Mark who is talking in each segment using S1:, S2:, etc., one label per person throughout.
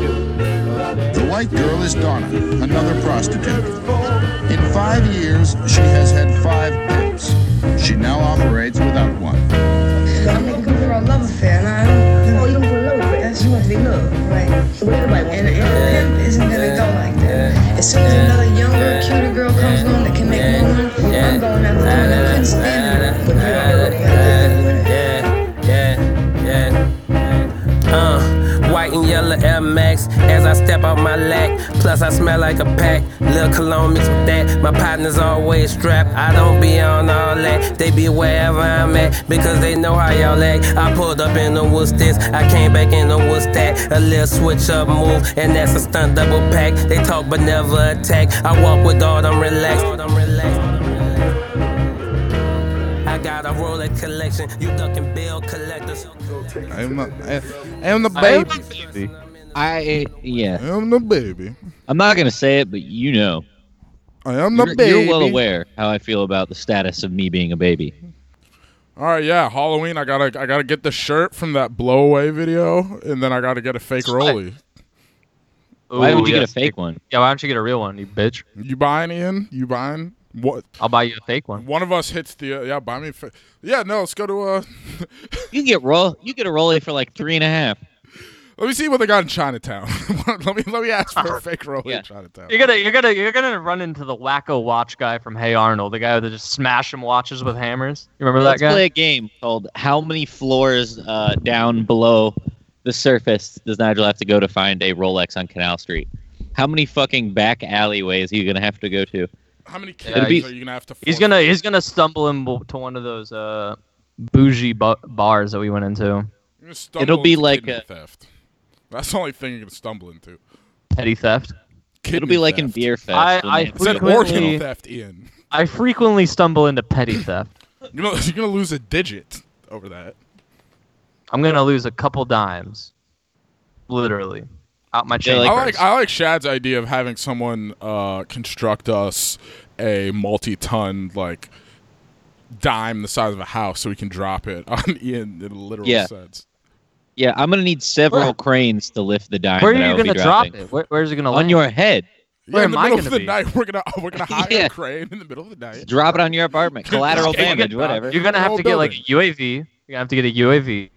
S1: The white girl is Donna, another prostitute. In five years, she has had five pimps. She now operates without one.
S2: I'm looking for a love affair, and I'm looking for a love affair. That's what they love, right? And, and a pimp isn't gonna go like that. As soon as another younger, cuter girl comes along that can make more money, I'm going after the one. I couldn't stand it, but you already got it.
S3: Uh, white and yellow Air Max as I step out my lack. Plus, I smell like a pack. Lil' cologne mixed with that. My partner's always strapped. I don't be on all that. They be wherever I'm at because they know how y'all act. I pulled up in the woods this. I came back in the woods that. A little switch up move, and that's a stunt double pack. They talk but never attack. I walk with God, I'm relaxed. I'm relaxed. I got a Rolex collection. You ducking bill collectors.
S4: I am, not, I, I am the baby.
S5: I yeah.
S4: I am the baby.
S5: I'm not gonna say it, but you know.
S4: I am the
S5: You're,
S4: baby.
S5: you're well aware how I feel about the status of me being a baby.
S4: All right, yeah, Halloween. I gotta, I gotta get the shirt from that blow away video, and then I gotta get a fake Rolly.
S5: Why
S6: Ooh,
S5: would you get a
S6: yes.
S5: fake one?
S6: Yeah, why don't you get a real one, you bitch?
S4: You buying Ian? You buying? What?
S6: I'll buy you a fake one.
S4: One of us hits the. Uh, yeah, buy me. A fa- yeah, no. Let's go to. Uh,
S5: You can get roll. You get a Rolly for like three and a half.
S4: let me see what they got in Chinatown. let me, let me ask for a fake Rolly
S5: Yeah.
S4: in Chinatown.
S6: You're gonna, you're gonna, you're gonna run into the wacko watch guy from Hey Arnold, the guy that just smashing watches with hammers. You remember that
S5: Let's
S6: guy?
S5: play a game called How many floors uh, down below the surface does Nigel have to go to find a Rolex on Canal Street? How many fucking back alleyways are you gonna have to go to?
S4: How many
S6: Yeah,
S4: kids
S5: he's-
S4: are you gonna have to?
S6: He's
S4: force-
S6: gonna, he's gonna stumble into one of those uh, bougie bu- bars that we went into.
S4: You're gonna stumble
S5: It'll be
S4: into
S5: like
S4: kidney
S5: a-
S4: theft. That's the only thing you're gonna stumble into.
S6: Petty theft.
S5: It'll be like in
S4: Kidney
S5: Beer Fest.
S6: I-
S5: when they
S6: I
S5: have
S4: theft. It's
S5: to
S4: an
S5: go-
S4: organ
S6: Frequently-
S4: theft, Ian.
S6: I frequently stumble into petty theft.
S4: You know you're gonna lose a digit over that.
S6: I'm gonna lose a couple dimes, literally, out my chain.
S5: like-
S4: I
S6: purse.
S4: like I like Shad's idea of having someone uh, construct us a multi-ton like dime the size of a house so we can drop it on Ian in a literal
S5: Yeah.
S4: sense.
S5: Yeah, I'm gonna need several
S6: Where-
S5: cranes to lift the dime.
S6: Where
S5: that I
S6: are you
S5: will be
S6: gonna drop
S5: dropping.
S6: it? Where, where's it gonna
S5: On
S6: land?
S5: your head.
S6: Where
S4: in the
S6: am I
S4: middle of
S6: gonna
S4: the
S6: be?
S4: night, we're gonna we're gonna hire
S5: Yeah.
S4: a crane in the middle of the night.
S5: Drop it on your apartment. Collateral
S4: Just get-
S5: damage,
S4: get-
S5: whatever.
S6: You're gonna have
S4: Whole
S6: to get like a
S4: building.
S6: UAV. You're gonna have to get a UAV.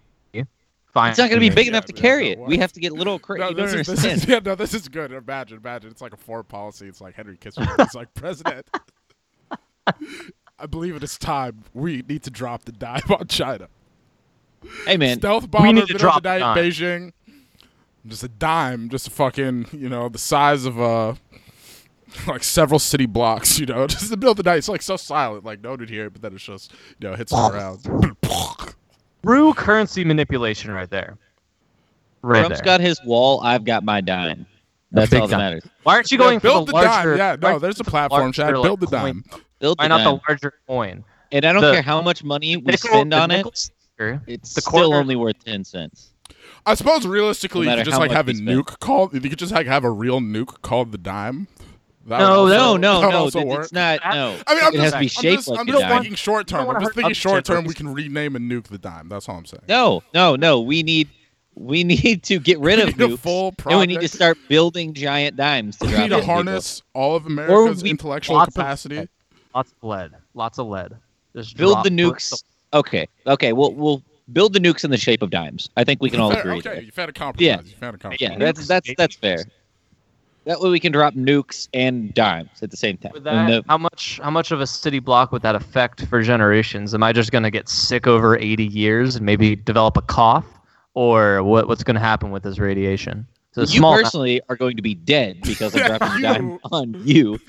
S6: Fine.
S5: It's not going to be big
S4: Yeah,
S5: enough to
S4: yeah,
S5: carry
S4: that
S5: it. We
S4: works.
S5: have to get little cra-
S4: No,
S5: You don't
S4: this is, this
S5: understand.
S4: is, yeah, no, this is good. Imagine, imagine. It's like a foreign policy. It's like Henry Kissinger. It's like president. I believe it is time. We need to drop the dime on China.
S5: Hey man,
S4: Stealth bomber,
S6: need to
S4: middle of
S6: drop
S4: the night,
S6: the dime.
S4: Beijing. Just a dime, just a fucking, you know, the size of uh like several city blocks, you know, just in the middle of the night. It's like so silent, like no one would hear it, but then it's just, you know, hits the ground.
S6: True currency manipulation right there. Right
S5: Trump's
S6: there.
S5: got his wall. I've got my dime. That's
S6: big
S5: all that
S6: dime.
S5: matters.
S6: Why aren't you
S4: Yeah,
S6: going for
S4: build
S6: the
S4: the,
S6: larger?
S4: dime. Yeah,
S6: why-
S4: no, there's a platform, Chad.
S6: larger,
S4: Build the
S6: like,
S4: dime.
S5: Build the
S6: Why not
S5: dime.
S6: the larger coin?
S5: and I don't
S6: the-
S5: care how much money we
S6: nickel-
S5: spend
S6: the
S5: on it.
S6: nickel Sure.
S5: It's
S6: the
S5: still
S6: quarter-
S5: only worth ten cents.
S4: I suppose realistically,
S5: No
S4: you
S5: matter
S4: could just
S5: how
S4: like
S5: much
S4: have a
S5: you spend.
S4: nuke called. You could just like have a real nuke called the dime. That would
S6: Oh, No,
S4: also-
S5: No, no,
S4: that would
S5: no.
S4: also
S5: th-
S4: work.
S5: It's not. No.
S4: I mean, I'm
S5: it
S4: just,
S5: has to be
S4: I'm
S5: shaped
S4: just,
S5: like
S4: I'm
S5: the
S4: just
S5: dime.
S4: thinking short term.
S6: wanna
S4: I'm just
S6: hurt
S4: thinking
S6: other
S4: short term. We
S6: generations.
S4: can rename and nuke the dime. That's all I'm saying.
S5: No, no, no. We need. We need to get rid
S4: We
S5: of
S4: need a
S5: nukes,
S4: full
S5: and we need to
S4: project.
S5: start building giant dimes to
S4: We
S5: drop
S4: need to
S5: into people.
S4: harness all of America's
S5: we-
S4: intellectual
S6: lots of-
S4: capacity.
S6: Lots of lead. Lots of lead. Just
S5: Build
S6: drop-
S5: the nukes. Okay, okay. We'll we'll build the nukes in the shape of dimes. I think we can all
S4: Fair,
S5: agree.
S4: okay,
S5: there.
S4: you found a compromise.
S5: Yeah.
S4: You found a compromise.
S5: Yeah, that's
S6: Nukes,
S5: that's
S6: baby
S5: that's fair. That way we can drop nukes and dimes at the same time.
S6: With
S5: And
S6: that,
S5: the-
S6: how much how much of a city block would that affect for generations? Am I just gonna get sick over 80 years and maybe develop a cough, or what what's gonna happen with this radiation? So
S5: you
S6: small.
S5: personally are going to be dead because I'm dropping a
S4: You.
S5: dime on you.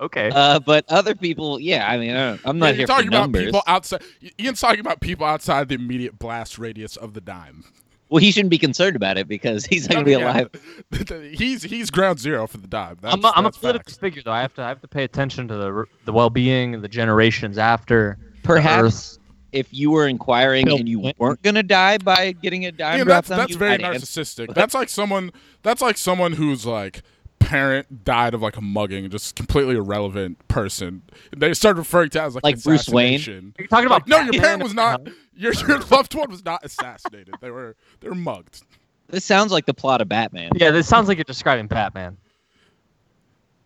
S6: okay.
S5: Uh, but other people, yeah, I mean, I don't, I'm
S4: Yeah,
S5: not
S4: you're
S5: here
S4: talking
S5: for
S4: about
S5: numbers.
S4: people outside. Ian's talking about people outside the immediate blast radius of the dime.
S5: Well, he shouldn't be concerned about it because he's not going to be
S4: Yeah.
S5: alive.
S4: he's he's ground zero for the dime. That's,
S6: I'm a, I'm a
S4: that's
S6: political
S4: facts.
S6: figure though. I have to I have to pay attention to the the well being and the generations after. the Earth.
S5: Perhaps if you were inquiring
S6: Bill
S5: and you
S6: Clinton.
S5: weren't going to die by getting a dime
S4: Ian,
S5: dropped
S4: that's
S5: on
S4: that's
S5: you,
S4: very
S5: I'd answer.
S4: narcissistic. That's like someone. That's like someone who's like p- parent died of like a mugging, just completely irrelevant person. They started referring to it as like,
S5: Like
S4: an
S5: Bruce Wayne?
S4: assassination.
S6: You're talking
S4: Like,
S6: about
S4: no, your
S6: Batman?
S4: parent was not. Your your loved one was not assassinated. they were they were mugged.
S5: This sounds like the plot of Batman.
S6: Yeah, this sounds like you're describing Batman.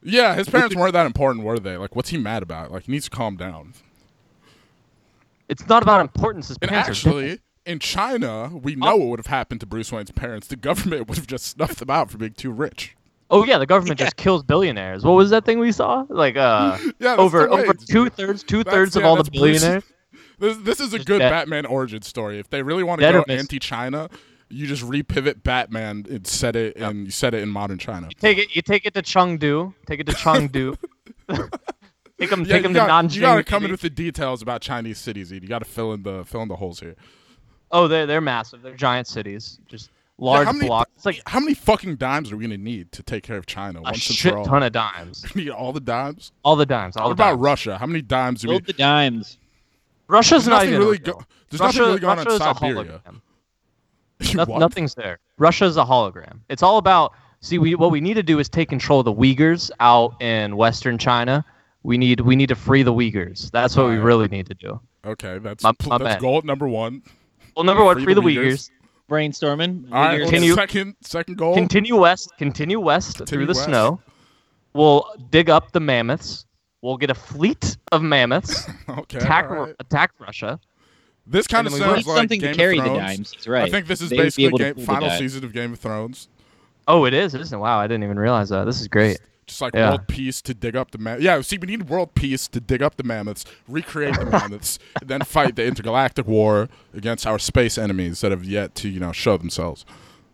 S4: Yeah, his parents weren't that important, were they? Like, what's he mad about? Like, he needs to calm down.
S6: It's not about importance. His
S4: And
S6: parents are Uh,
S4: actually, in China, we know what would have happened to Bruce Wayne's parents. The government would have just snuffed them out for being too rich.
S6: Oh yeah, the government just kills billionaires. What was that thing we saw? Like uh,
S4: Yeah, that's
S6: over
S4: the way
S6: over
S4: it's-
S6: two thirds, two
S4: That's-
S6: thirds of
S4: yeah,
S6: all the
S4: that's Bruce-
S6: billionaires.
S4: This, this is a
S6: Just
S4: good
S6: dead.
S4: Batman origin story. If they really want to
S6: Dead or
S4: go
S6: missed.
S4: anti-China, you just repivot Batman and set it and you set it in modern China.
S6: Take it, you take it to Chengdu. Take it to Chengdu. take them,
S4: Yeah,
S6: take
S4: you,
S6: them to
S4: got,
S6: Nanjing.
S4: you gotta come in
S6: City.
S4: with the details about Chinese cities. Ian. You gotta fill in the fill in the holes here.
S6: Oh, they're they're massive. They're giant cities, just large
S4: how many-
S6: blocks. It's like
S4: How many fucking dimes are we gonna need to take care of China
S6: a
S4: once and
S6: shit
S4: for all?
S6: ton of dimes.
S4: We need all the dimes.
S6: All the dimes. All
S4: What
S6: the
S4: about
S6: dimes.
S4: Russia? How many dimes do we?
S5: Build the dimes.
S6: Russia's
S4: There's
S6: not
S4: nothing
S6: even
S4: really
S6: real.
S4: go- there's
S6: Russia,
S4: nothing really going on
S6: Russia's
S4: in
S6: a
S4: Siberia.
S6: hologram.
S4: You
S6: Noth-
S4: what?
S6: nothing's there. Russia's a hologram. It's all about. See, we what we need to do is take control of the Uyghurs out in Western China. We need we need to free the Uyghurs. That's what we really need to do.
S4: Okay, that's
S6: My-
S4: pl-
S6: my
S4: that's
S6: bad.
S4: goal number one.
S6: Well, number one,
S4: Free
S6: free,
S4: the
S6: the
S4: Uyghurs.
S6: Uyghurs.
S5: Brainstorming.
S4: All right,
S5: Leaders.
S4: well,
S6: Can you-
S4: second second goal.
S6: Continue west. Continue west
S4: Continue
S6: through the
S4: west.
S6: snow. We'll dig up the mammoths. We'll get a fleet of mammoths.
S4: okay,
S6: attack
S4: all right.
S6: attack Russia.
S4: This kind of
S6: we
S4: sounds
S5: need
S4: like
S5: something to
S4: Game of
S5: carry the
S4: Thrones.
S5: dimes, he's right.
S4: I think this is
S5: They would be
S4: basically
S5: able to
S4: game,
S5: pull the
S4: final
S5: dimes.
S4: season of Game of Thrones.
S6: Oh, it is, isn't it? Wow, I didn't even realize that. This is great.
S4: Just like
S6: Yeah.
S4: world peace to dig up the mammoths. Yeah, see, we need world peace to dig up the mammoths, recreate the mammoths, and then fight the intergalactic war against our space enemies that have yet to, you know, show themselves.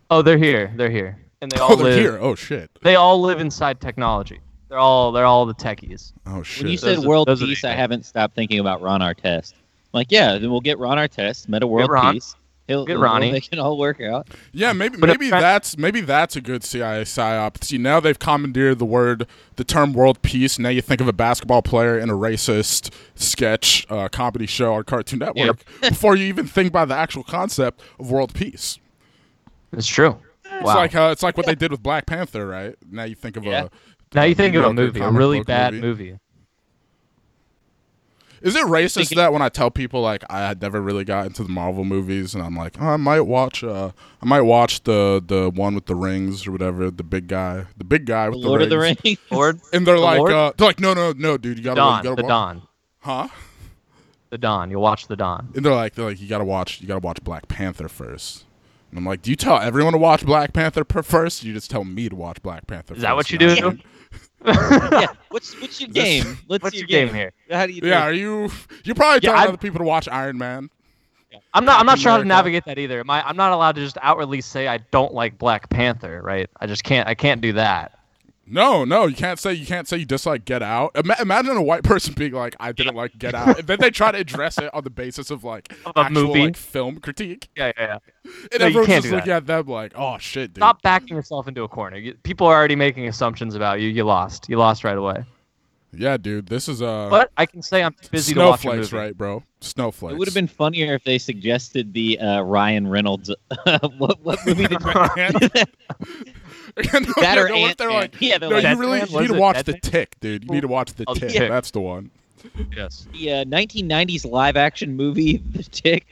S6: Oh, they're here. They're here. And they all
S4: Oh, they're
S6: live.
S4: here. Oh shit.
S6: They all live inside technology. They're all they're all the techies.
S4: Oh shit.
S5: When you said
S6: Those are-
S5: world
S6: those are the
S5: peace, I
S6: ideas.
S5: haven't stopped thinking about Ron Artest. I'm like, yeah, then we'll get Ron Artest, meta world
S6: Ron.
S5: peace. He'll,
S6: Get
S5: he'll-
S6: Ronnie.
S5: They can all work out.
S4: Yeah, maybe
S6: But if
S4: maybe
S6: Fra-
S4: that's maybe that's a good CIA psyop. See, now they've commandeered the word, the term "world peace." Now you think of a basketball player in a racist sketch, uh, comedy show on Cartoon Network before you even think by the actual concept of world peace.
S6: It's true.
S4: It's
S6: wow.
S4: like uh, it's like what they did with Black Panther, right? Now you think of
S5: Yeah.
S4: a
S6: now you think of a
S4: mediocre
S6: movie, a
S4: comic
S6: really
S4: book
S6: bad
S4: movie.
S6: movie.
S4: Is it racist
S5: Thinking-
S4: that when I tell people like I had never really got into the Marvel movies and I'm like, oh, I might watch uh I might watch the the one with the rings or whatever, the big guy. The big guy with the,
S5: Lord of the
S4: rings.
S5: Rings.
S6: Lord,
S4: And they're
S6: The
S4: like
S6: Lord?
S4: uh they're like, No, no, no, dude, you gotta,
S6: Dawn,
S4: you gotta
S6: the
S4: watch
S6: Dawn,
S4: Huh?
S6: the Dawn. You'll watch the Dawn.
S4: And they're like they're like, You gotta watch you gotta watch Black Panther first. And I'm like, Do you tell everyone to watch Black Panther per first? You just tell me to watch Black Panther
S6: Is that what you
S4: not
S6: do?
S5: yeah. What's what's your game? Let's
S6: What's
S5: your
S6: your game here?
S5: How do you?
S4: Yeah, are you you're probably
S6: Yeah,
S4: telling
S6: I'm-
S4: other people to watch Iron Man.
S6: I'm not. I'm not sure how to
S4: America.
S6: navigate that either. My, I'm not allowed to just outwardly say I don't like Black Panther, right? I just can't. I can't do that.
S4: No, no, you can't say you can't say you dislike Get Out. Ima- imagine a white person being like, "I didn't like Get Out," and then they try to address it on the basis of like
S6: Of a
S4: actual
S6: movie.
S4: like film critique,
S6: Yeah, yeah, yeah.
S4: and
S6: No, you
S4: everyone's
S6: can't
S4: just
S6: do
S4: looking at them like, "Oh shit, dude."
S6: Stop backing yourself into a corner. You, people are already making assumptions about you. You lost. You lost right away.
S4: Yeah, dude, this is uh,
S6: But I can say I'm too busy to watch a
S4: snowflakes,
S6: movie.
S4: right, bro? Snowflakes.
S5: It would have been funnier if they suggested the uh, Ryan Reynolds. what what movie did
S4: And- And no,
S5: That
S4: no,
S5: or
S4: no, what if they're
S5: Ant-Man.
S4: like,
S5: Yeah, they're
S4: no,
S5: like-
S4: you really
S6: Deadman?
S4: you
S6: Was
S4: need to
S6: it
S4: watch the
S6: Deadman?
S4: tick, dude. You need to watch the
S6: Oh,
S4: tick.
S6: Tick.
S4: That's the one.
S6: Yes.
S5: the uh, 1990s live action movie The Tick?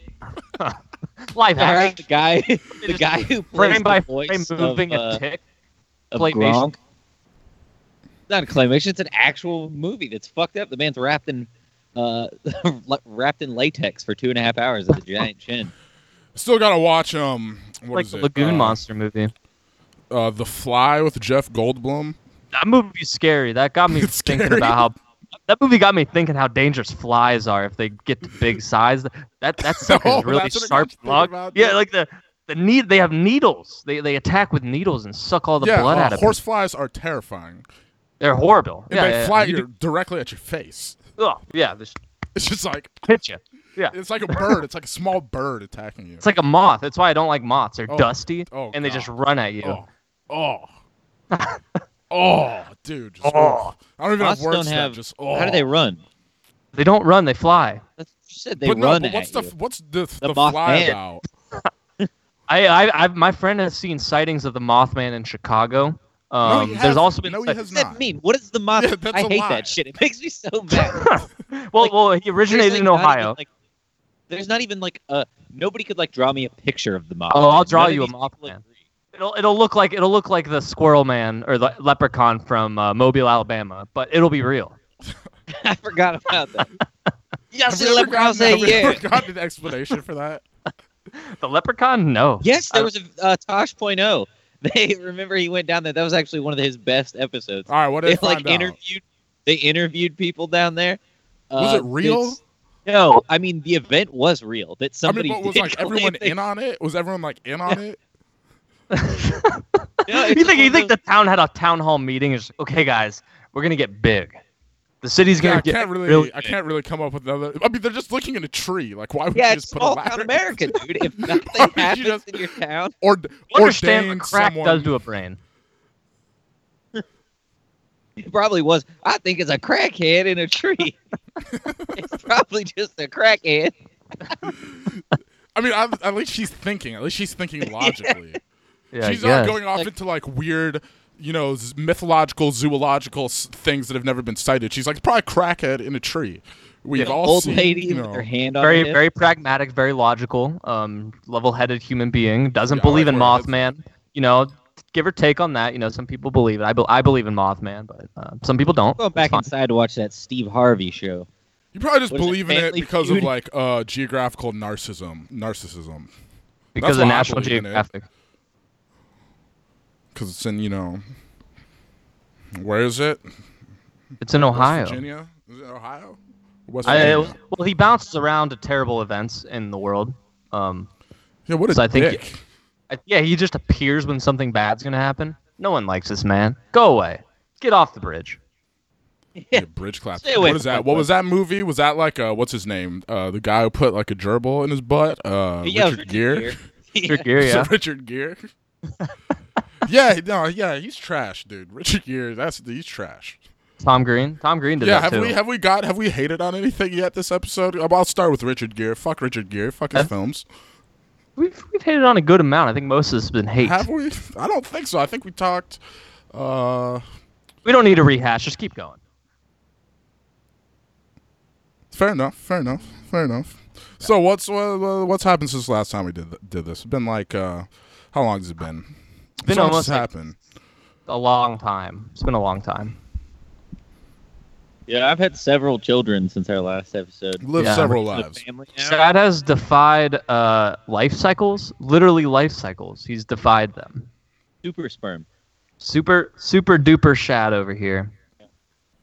S6: Live
S5: Alright,
S6: action.
S5: the guy, the
S6: just
S5: guy who plays
S6: Frame by
S5: the voice
S6: frame, moving
S5: of,
S6: a
S5: uh,
S6: tick.
S5: of
S6: claymation.
S5: Gronk. Not a claymation. It's an actual movie that's fucked up. The man's wrapped in uh, wrapped in latex for two and a half hours with a giant chin.
S4: Still gotta watch um, what
S6: like
S4: is
S6: the
S4: it?
S6: Lagoon
S4: Uh,
S6: Monster movie.
S4: Uh, the Fly with Jeff Goldblum.
S6: That movie's scary. That got me
S4: It's
S6: thinking
S4: scary.
S6: about how. That movie got me thinking how dangerous flies are if they get to big size. That that sucker's
S4: Oh,
S6: really
S4: that's what I
S6: sharp.
S4: got you thinking
S6: Log.
S4: about,
S6: Yeah,
S4: yeah.
S6: like the the need they have needles. They they attack with needles and suck all the
S4: yeah,
S6: blood
S4: uh,
S6: out of
S4: horse
S6: people.
S4: flies are terrifying.
S6: They're horrible.
S4: And
S6: yeah,
S4: they
S6: yeah,
S4: fly
S6: you
S4: your, directly at your face.
S6: do- ugh, yeah, they just
S4: It's just like
S6: hit you. Yeah,
S4: it's like a bird. It's like a small bird attacking you.
S6: it's like a moth. That's why I don't like moths. They're
S4: Oh,
S6: dusty
S4: oh,
S6: and they just
S4: God.
S6: run at you.
S4: oh, oh, oh, dude. Just,
S6: Oh.
S4: oof. I don't even
S5: Moths
S4: have words.
S5: don't
S4: for that,
S5: have.
S4: Just oh.
S5: How do they run?
S6: They don't run. They fly.
S5: That's what you said they
S4: but
S5: run
S4: no, but what's
S5: at
S4: the
S5: you.
S4: what's the the,
S5: moth
S4: fly
S5: man.
S4: about?
S6: I, I, I, my friend has seen sightings of the Mothman in Chicago.
S4: he
S6: Um, there's
S4: hasn't.
S6: also been
S4: No, he
S6: like-
S4: has
S5: What does that
S4: not.
S5: mean? What is the mafia?
S4: Yeah, that's
S5: I
S4: a
S5: hate
S4: lie.
S5: that shit. It makes me so mad.
S6: well,
S5: like,
S6: well, he
S5: There's,
S6: originated
S5: like,
S6: in
S5: not even,
S6: Ohio.
S5: like, there's not even like a nobody could like draw me a picture of the mafia.
S6: Oh, I'll draw
S5: None of
S6: you a
S5: these
S6: mafia
S5: people
S6: man.
S5: agree.
S6: It'll it'll look like it'll look like the Squirrel Man or the Leprechaun from uh, Mobile, Alabama, but it'll be real.
S5: I forgot about that.
S4: Have
S5: yes,
S4: we
S5: the
S4: ever
S5: leprechaun
S4: gotten-
S5: say
S4: have we
S5: yeah.
S4: ever gotten an explanation for that?
S6: The Leprechaun? No.
S5: Yes,
S6: I-
S5: there was a uh, Tosh.0. They remember he went down there. That was actually one of his best episodes.
S4: All right, what
S5: They
S4: did I
S5: like
S4: find out?
S5: interviewed. They interviewed people down there.
S4: Was
S5: Uh,
S4: it real?
S5: it's- No, I mean the event was real. That somebody
S4: I mean, but was
S5: did
S4: like
S5: claim
S4: everyone
S5: they-
S4: in on it? Was everyone like in on it?
S5: No,
S6: you
S5: it's
S6: think you
S5: one of
S6: think the town had a town hall meeting? It's like, okay, guys, we're gonna get big. The city's
S4: Yeah,
S6: gonna
S4: I
S6: get
S4: can't really,
S6: really
S4: I can't really come up with another. I mean, they're just looking in a tree. Like, why would
S5: Yeah,
S4: you
S5: it's
S4: just put a
S5: small
S4: ladder?
S5: town America, dude. If
S4: Why
S5: nothing
S4: would you
S5: happens
S4: just-
S5: in your town,
S4: Or
S6: You understand what
S4: ordain
S6: crack
S4: someone.
S6: does to a brain.
S5: it probably was. I think it's a crackhead in a tree. it's probably just a crackhead.
S4: I mean, I, at least she's thinking. At least she's thinking logically.
S6: Yeah,
S4: she's
S6: I
S4: not
S6: guess.
S4: going off
S5: Like-
S4: into like weird, you know, z- mythological, zoological s- things that have never been cited. She's like it's probably a crackhead in a tree. We've
S5: An
S4: all
S5: old
S4: seen,
S5: lady
S4: you know,
S5: with her hand on
S6: very
S5: her hip.
S6: very pragmatic, very logical, um, level-headed human being. Doesn't
S4: Yeah, I
S6: believe
S4: like
S6: in
S4: where it is.
S6: Mothman. You know, give or take on that. You know, some people believe it. I, be- I believe in Mothman, but uh, some people don't.
S5: Go
S6: It's
S5: back
S6: fine.
S5: inside to watch that Steve Harvey show.
S4: You probably just
S5: What is it,
S4: believe in it
S5: Family
S4: because of
S5: Feud?
S4: like uh, geographical narcissism, narcissism,
S6: because
S4: why I
S6: of National
S4: believe in eh? it.
S6: Geographic.
S4: because it's in you know, where is it? West
S6: It's in Ohio.
S4: Virginia, is it Ohio? West
S6: I,
S4: Virginia.
S6: it was- well, he bounces around to terrible events in the world. Um,
S4: yeah, what a
S6: so I think-
S4: dick.
S6: I, yeah, he just appears when something bad's gonna happen. No one likes this man. Go away. Get off the bridge.
S4: Yeah, bridge clap.
S5: Stay away
S4: What is
S5: from my
S4: that? What
S5: butt.
S4: was that movie? Was that like uh, what's his name? Uh, the guy who put like a gerbil in his butt. Uh,
S5: Yeah,
S4: Richard, Gere.
S6: Your gear,
S4: Is
S6: yeah.
S4: it Richard Gere. yeah, no, yeah, he's trash, dude. Richard Gere, that's he's trash.
S6: Tom Green. Tom Green did
S4: yeah,
S6: that
S4: have
S6: too.
S4: we have we got have we hated on anything yet this episode? Um, I'll start with Richard Gere. Fuck Richard Gere. Fuck his
S6: Have-
S4: films.
S6: we've we've hit it on a good amount. I think most of this has been hate.
S4: Have we? I don't think so. I think we talked. Uh,
S6: We don't need to rehash. Just keep going.
S4: fair enough. Fair enough. Fair enough. So what's uh, what's happened since last time we did th- did this? It's been like uh, how long has it been? It's
S6: been almost like-
S4: happened.
S6: A long time. It's been a long time.
S5: Yeah, I've had several children since our last episode.
S4: Lived
S6: Yeah.
S4: several
S5: The
S4: lives.
S5: family now.
S6: Sad has defied uh, life cycles. Literally life cycles. He's defied them.
S5: Super sperm.
S6: Super super duper Shad over here.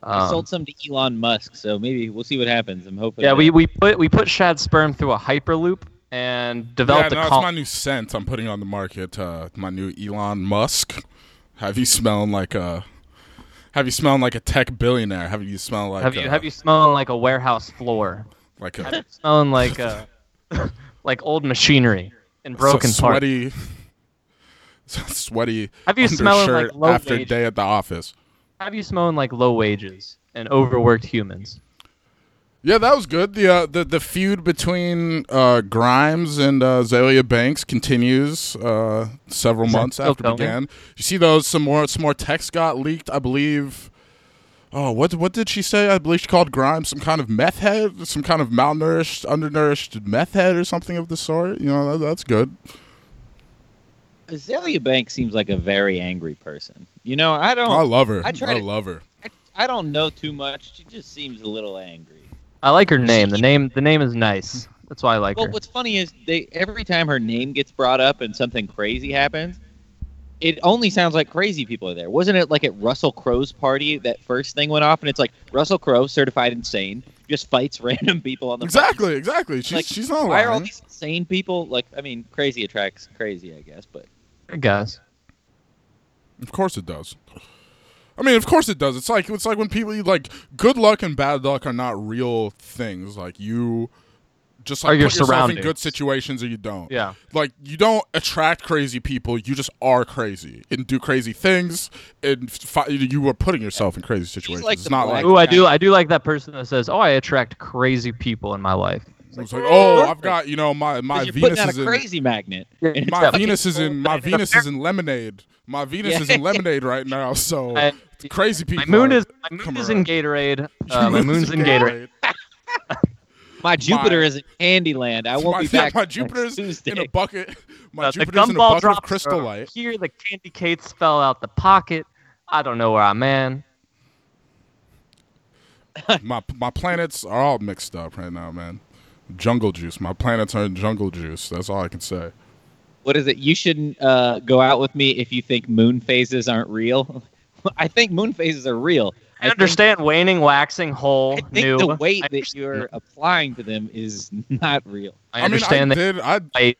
S5: I
S6: Um,
S5: sold some to Elon Musk, so maybe we'll see what happens. I'm hoping.
S6: yeah,
S5: that-
S6: we, we put we put Shad sperm through a hyperloop and
S4: Yeah,
S6: developed
S4: no,
S6: a
S4: it's
S6: col-
S4: my new scent I'm putting on the market. Uh, my new Elon Musk. Have you smelling like a? Have you smelling like a tech billionaire? Have you smelling like
S6: Have
S4: a,
S6: you have you smelling like a warehouse floor?
S4: like a,
S6: Smelling like uh like old machinery and broken
S4: so
S6: parts.
S4: sweaty, so sweaty?
S6: Have you smelling like
S4: undershirt
S6: low
S4: after
S6: wage?
S4: day at the office?
S6: Have you smelling like low wages and overworked humans?
S4: Yeah, that was good. The uh, the the feud between uh, Grimes and uh, Azalea Banks continues uh, several
S6: Is that
S4: months
S6: still
S4: after it
S6: going?
S4: began. You see those some more some more texts got leaked, I believe. Oh, what what did she say? I believe she called Grimes some kind of meth head, some kind of malnourished, undernourished meth head or something of the sort. You know, that, that's good.
S5: Azalea Banks seems like a very angry person. You know, I
S4: I
S5: don't.
S4: love her.
S5: Oh, I
S4: I,
S5: tried it.
S4: love her.
S5: I, I don't know too much. She just seems a little angry.
S6: I like her name. The name the name is nice. That's why I like
S5: Well,
S6: her.
S5: what's funny is they every time her name gets brought up and something crazy happens, it only sounds like crazy people are there. Wasn't it like at Russell Crowe's party that first thing went off and it's like Russell Crowe certified insane just fights random people on the
S4: Exactly, exactly. She's
S5: Like,
S4: she's not
S5: Why are all
S4: lying.
S5: these insane people like? I mean, crazy attracts crazy, I guess. But
S6: I guess.
S4: Of course it does. I mean, of course it does. It's like it's like when people like good luck and bad luck are not real things. Like you just like
S6: Are your
S4: put yourself in
S6: surroundings.
S4: good situations or you don't.
S6: Yeah.
S4: Like you don't attract crazy people. You just are crazy and do crazy things. And fi- you are putting yourself in crazy situations.
S5: like
S4: it's
S5: the
S4: not like
S5: black-
S6: Ooh, I do I do like that person that says, "Oh, I attract crazy people in my life."
S4: It was like, oh, I've got you know my my
S5: 'Cause you're putting
S4: Venus
S5: out
S4: is
S5: a
S4: in
S5: crazy magnet. And it's
S4: my
S5: like,
S4: Venus is in my Venus is in lemonade. My Venus is in
S5: Yeah.
S4: lemonade right now. So
S6: I-
S4: it's crazy people.
S6: My moon
S4: are-
S6: is my moon
S4: come
S6: is in
S4: around.
S6: Gatorade. Uh, my moon's in Gatorade.
S5: my Jupiter
S4: my-
S5: is in Candyland. I won't
S4: my,
S5: be back.
S4: my
S5: next
S4: Jupiter's
S5: Tuesday.
S4: in a bucket. My
S6: Uh, the
S4: Jupiter's in a
S6: gumball
S4: bucket of
S6: drops
S4: crystal
S6: are
S4: light.
S6: Here, the candy cates fell out the pocket. I don't know where I'm in.
S4: My my planets are all mixed up right now, man. Jungle juice. My planets are in jungle juice. That's all I can say.
S5: what is it? You shouldn't uh, go out with me if you think moon phases aren't real. I think moon phases are real.
S6: I
S5: think-
S6: understand waning, waxing, whole,
S5: I think
S6: new.
S5: the weight
S6: I
S5: that
S6: understand-
S5: you're applying to them is not real.
S6: I understand
S4: mean, I did. I
S6: that. I,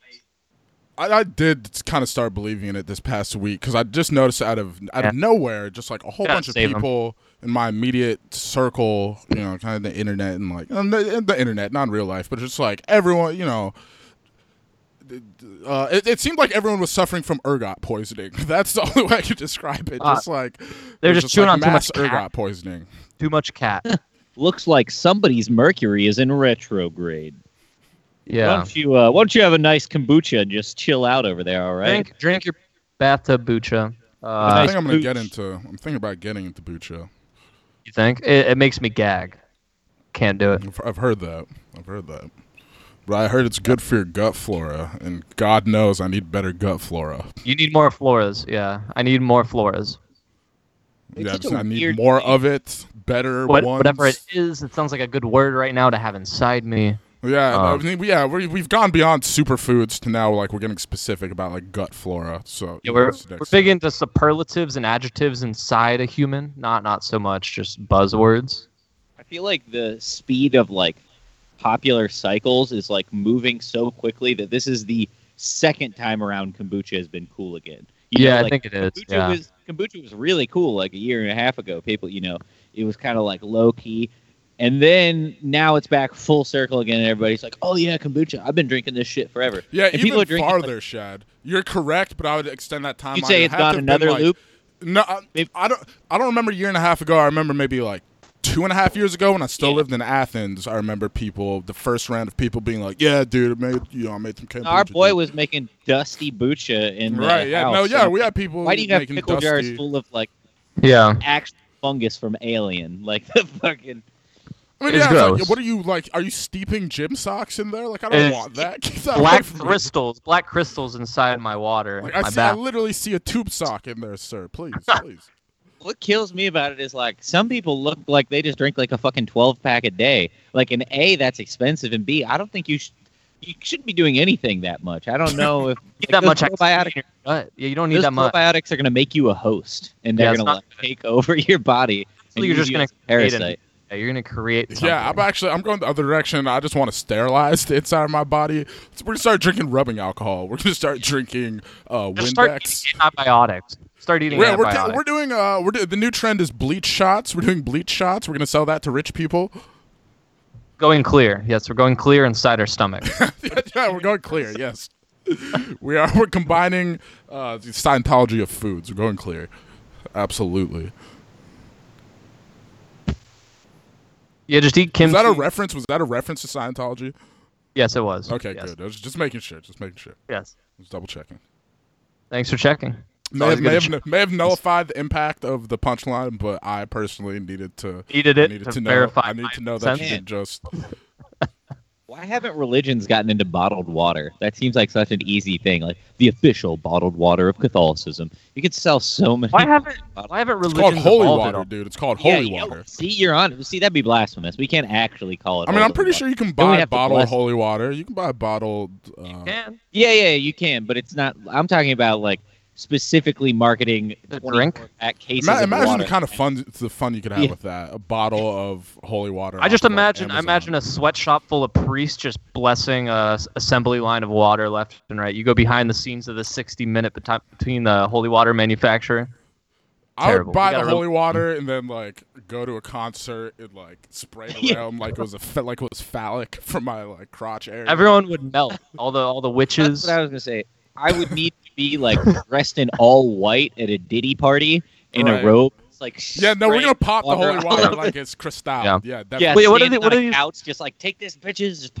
S4: I, I did kind of start believing in it this past week because I just noticed out of out
S6: Yeah.
S4: of nowhere, just like a whole
S6: Gotta
S4: bunch of
S6: save 'em.
S4: people in my immediate circle, you know, kind of the internet and like and the, and the internet, not in real life, but just like everyone, you know. Uh, it, it seemed like everyone was suffering from ergot poisoning. That's the only way I could describe it.
S6: Ah.
S4: Just like
S6: They're
S4: it was
S6: just chewing
S4: like
S6: on too
S4: mass
S6: much cat.
S4: ergot poisoning.
S6: too much cat.
S5: Looks like somebody's Mercury is in retrograde. Why
S6: Yeah.
S5: don't you uh, Why don't you have a nice kombucha and just chill out over there? All right.
S6: Drink, drink your bathabucha.
S4: I
S6: Uh,
S5: Nice
S4: think I'm gonna
S5: boots.
S4: get into. I'm thinking about getting into bucha.
S6: you think it, it makes me gag? Can't do it.
S4: I've, I've heard that. I've heard that. But I heard it's good for your gut flora, and God knows I need better gut flora.
S6: You need more floras. Yeah, I need more floras.
S5: It's
S4: Yeah,
S5: such
S4: just-
S5: a
S4: I need
S5: weird
S4: more
S5: name.
S4: of it, better
S6: What,
S4: ones.
S6: whatever it is, it sounds like a good word right now to have inside me.
S4: Yeah,
S6: Um,
S4: I mean, yeah, we we've gone beyond superfoods to now like we're getting specific about like gut flora. So
S6: Yeah, we're,
S4: that's the
S6: we're
S4: next
S6: big into superlatives and adjectives inside a human, not not so much just buzzwords.
S5: I feel like the speed of like popular cycles is like moving so quickly that this is the second time around kombucha has been cool again. You
S6: yeah,
S5: know,
S6: I
S5: like,
S6: think it
S5: kombucha
S6: is. Yeah.
S5: was kombucha was really cool like a year and a half ago. People, you know, it was kind of like low key, and then now it's back full circle again. And everybody's like, "Oh yeah, kombucha! I've been drinking this shit forever."
S4: Yeah,
S5: and
S4: even
S5: people are drinking
S4: farther, Shad. You're correct, but I would extend that time.
S5: You'd say
S4: it's
S5: it's gone another loop.
S4: No, I,
S5: Maybe-
S4: I don't. I don't remember a year and a half ago. I remember maybe like two and a half years ago when I still
S5: Yeah.
S4: lived in Athens. I remember people, the first round of people being like, "Yeah, dude, I made you know, I made some."
S5: Our
S4: kombucha,
S5: boy
S4: dude."
S5: was making dusty bucha in the
S4: right. Yeah,
S5: house.
S4: no, yeah,
S5: And
S4: we had people.
S5: Why do you have
S4: making
S5: pickle
S4: dusty.
S5: jars full of like
S6: yeah.
S5: actual fungus from Alien? Like the fucking
S4: I mean,
S6: It's
S4: yeah, it's like,
S6: gross.
S4: what are you like? Are you steeping gym socks in there? Like, I don't
S6: It's-
S4: want that. Get that away
S6: black
S4: from me.
S6: crystals, black crystals inside my water,
S4: Like,
S6: my
S4: I, see, I
S6: bath.
S4: literally see a tube sock in there, sir. Please, please.
S5: what kills me about it is like some people look like they just drink like a fucking 12 pack a day like an a that's expensive and b i don't think you should you shouldn't be doing anything that much i don't know if
S6: Need
S5: like,
S6: that much
S5: those
S6: oxygen
S5: probiotic-
S6: in your gut. Yeah, you don't need
S5: those
S6: that much.
S5: probiotics are going to make you a host and they're
S6: Yeah, it's
S5: going to
S6: not
S5: like take over your body and
S6: you're
S5: use
S6: just
S5: you
S6: gonna
S5: as a
S6: create a-
S5: parasite
S6: Yeah, you're gonna create. Something.
S4: Yeah, I'm actually I'm going the other direction. I just want to sterilize the inside of my body. So we're gonna start drinking rubbing alcohol. We're gonna start drinking uh,
S6: Just start
S4: Windex.
S6: eating antibiotics. Start eating
S4: We're, we're,
S6: antibiotics.
S4: we're doing uh we're do- the new trend is bleach shots. We're doing bleach shots. We're gonna sell that to rich people.
S6: going clear. Yes, we're going clear inside our stomach.
S4: yeah, we're going clear. Yes, we are. We're combining uh, the Scientology of foods. We're going clear. Absolutely.
S6: yeah, just eat
S4: Was
S6: kimchi.
S4: that a reference? Was that a reference to Scientology?
S6: yes, it was.
S4: Okay,
S6: yes.
S4: good. I was just making sure. Just making sure.
S6: Yes.
S4: Just double checking.
S6: Thanks for checking. It's
S4: May
S6: always
S4: have,
S6: good
S4: may,
S6: to
S4: have, may have nullified the impact of the punchline, but I personally needed to
S6: check. needed it
S4: needed
S6: to,
S4: to know.
S6: verify.
S4: I need
S6: my
S4: to know that you
S6: sense.
S4: didn't just
S5: why haven't religions gotten into bottled water that seems like such an easy thing like the official bottled water of catholicism you could sell so many
S6: Why haven't Why haven't
S4: It's called
S6: religions
S4: holy
S6: evolved at
S4: water,
S6: all?
S4: dude. It's called
S5: Yeah,
S4: holy
S5: yeah,
S4: water.
S5: see you're on see that'd be blasphemous we can't actually call it
S4: I mean, I'm
S5: holy
S4: pretty
S5: water.
S4: sure you can
S5: Then we
S4: buy
S5: have to
S4: bottled
S5: bless it.
S4: holy water. You can buy bottled. Uh,
S6: Can.
S5: Yeah, yeah, you can, but it's not. I'm talking about like specifically marketing
S6: The
S5: 24
S6: drink?
S5: pack cases.
S4: ima-
S5: of
S4: imagine
S5: water.
S4: the kind of fun, the fun you could have
S5: Yeah.
S4: with that. A bottle of holy water.
S6: I just
S4: off of, like,
S6: imagine. I
S4: Amazon.
S6: imagine a sweatshop full of priests just blessing a s- assembly line of water left and right. You go behind the scenes of the 60 minute beti- between the holy water manufacturer.
S4: I
S6: terrible.
S4: would buy
S6: We
S4: the
S6: got
S4: holy water and then like go to a concert and like spray it
S5: Yeah.
S4: around like it was a fa- like it was phallic from my like crotch area.
S6: Everyone would melt. All the all the
S5: That's
S6: witches.
S5: what I was gonna say. I would need to be like dressed in all white at a ditty party in
S4: Right.
S5: a robe. It's like
S4: yeah, no, we're
S5: spraying
S4: gonna pop the
S5: water
S4: holy
S5: all
S4: water
S5: over-
S4: like it's cristal.
S6: Yeah.
S4: Yeah, definitely.
S5: Yeah,
S6: Wait, what are
S5: standing
S6: they- what
S5: on
S6: are
S5: a
S6: you-
S5: couch, just like take this, bitches.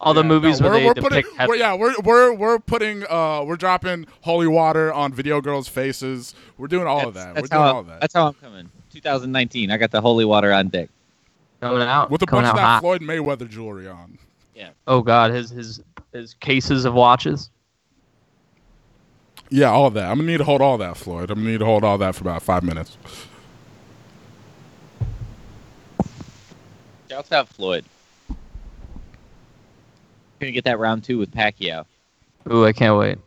S6: all the movies
S4: No,
S6: where they
S4: we're
S6: depict.
S4: putting, we're, yeah, we're we're we're putting uh we're dropping holy water on video girls' faces. We're doing all of that.
S5: That's
S4: we're
S5: how
S4: doing
S5: I'm-
S4: all of that.
S5: That's how I'm coming. 2019. I got the holy water on deck.
S6: coming out
S4: With a bunch
S6: coming
S4: of
S6: out
S4: that
S6: hot.
S4: Floyd Mayweather jewelry on.
S6: Oh God, his his his cases of watches.
S4: Yeah, all that. I'm gonna need to hold all that, Floyd. I'm gonna need to hold all that for about five minutes.
S5: Shouts out Floyd. Gonna get that round two with Pacquiao.
S6: Ooh, I can't wait.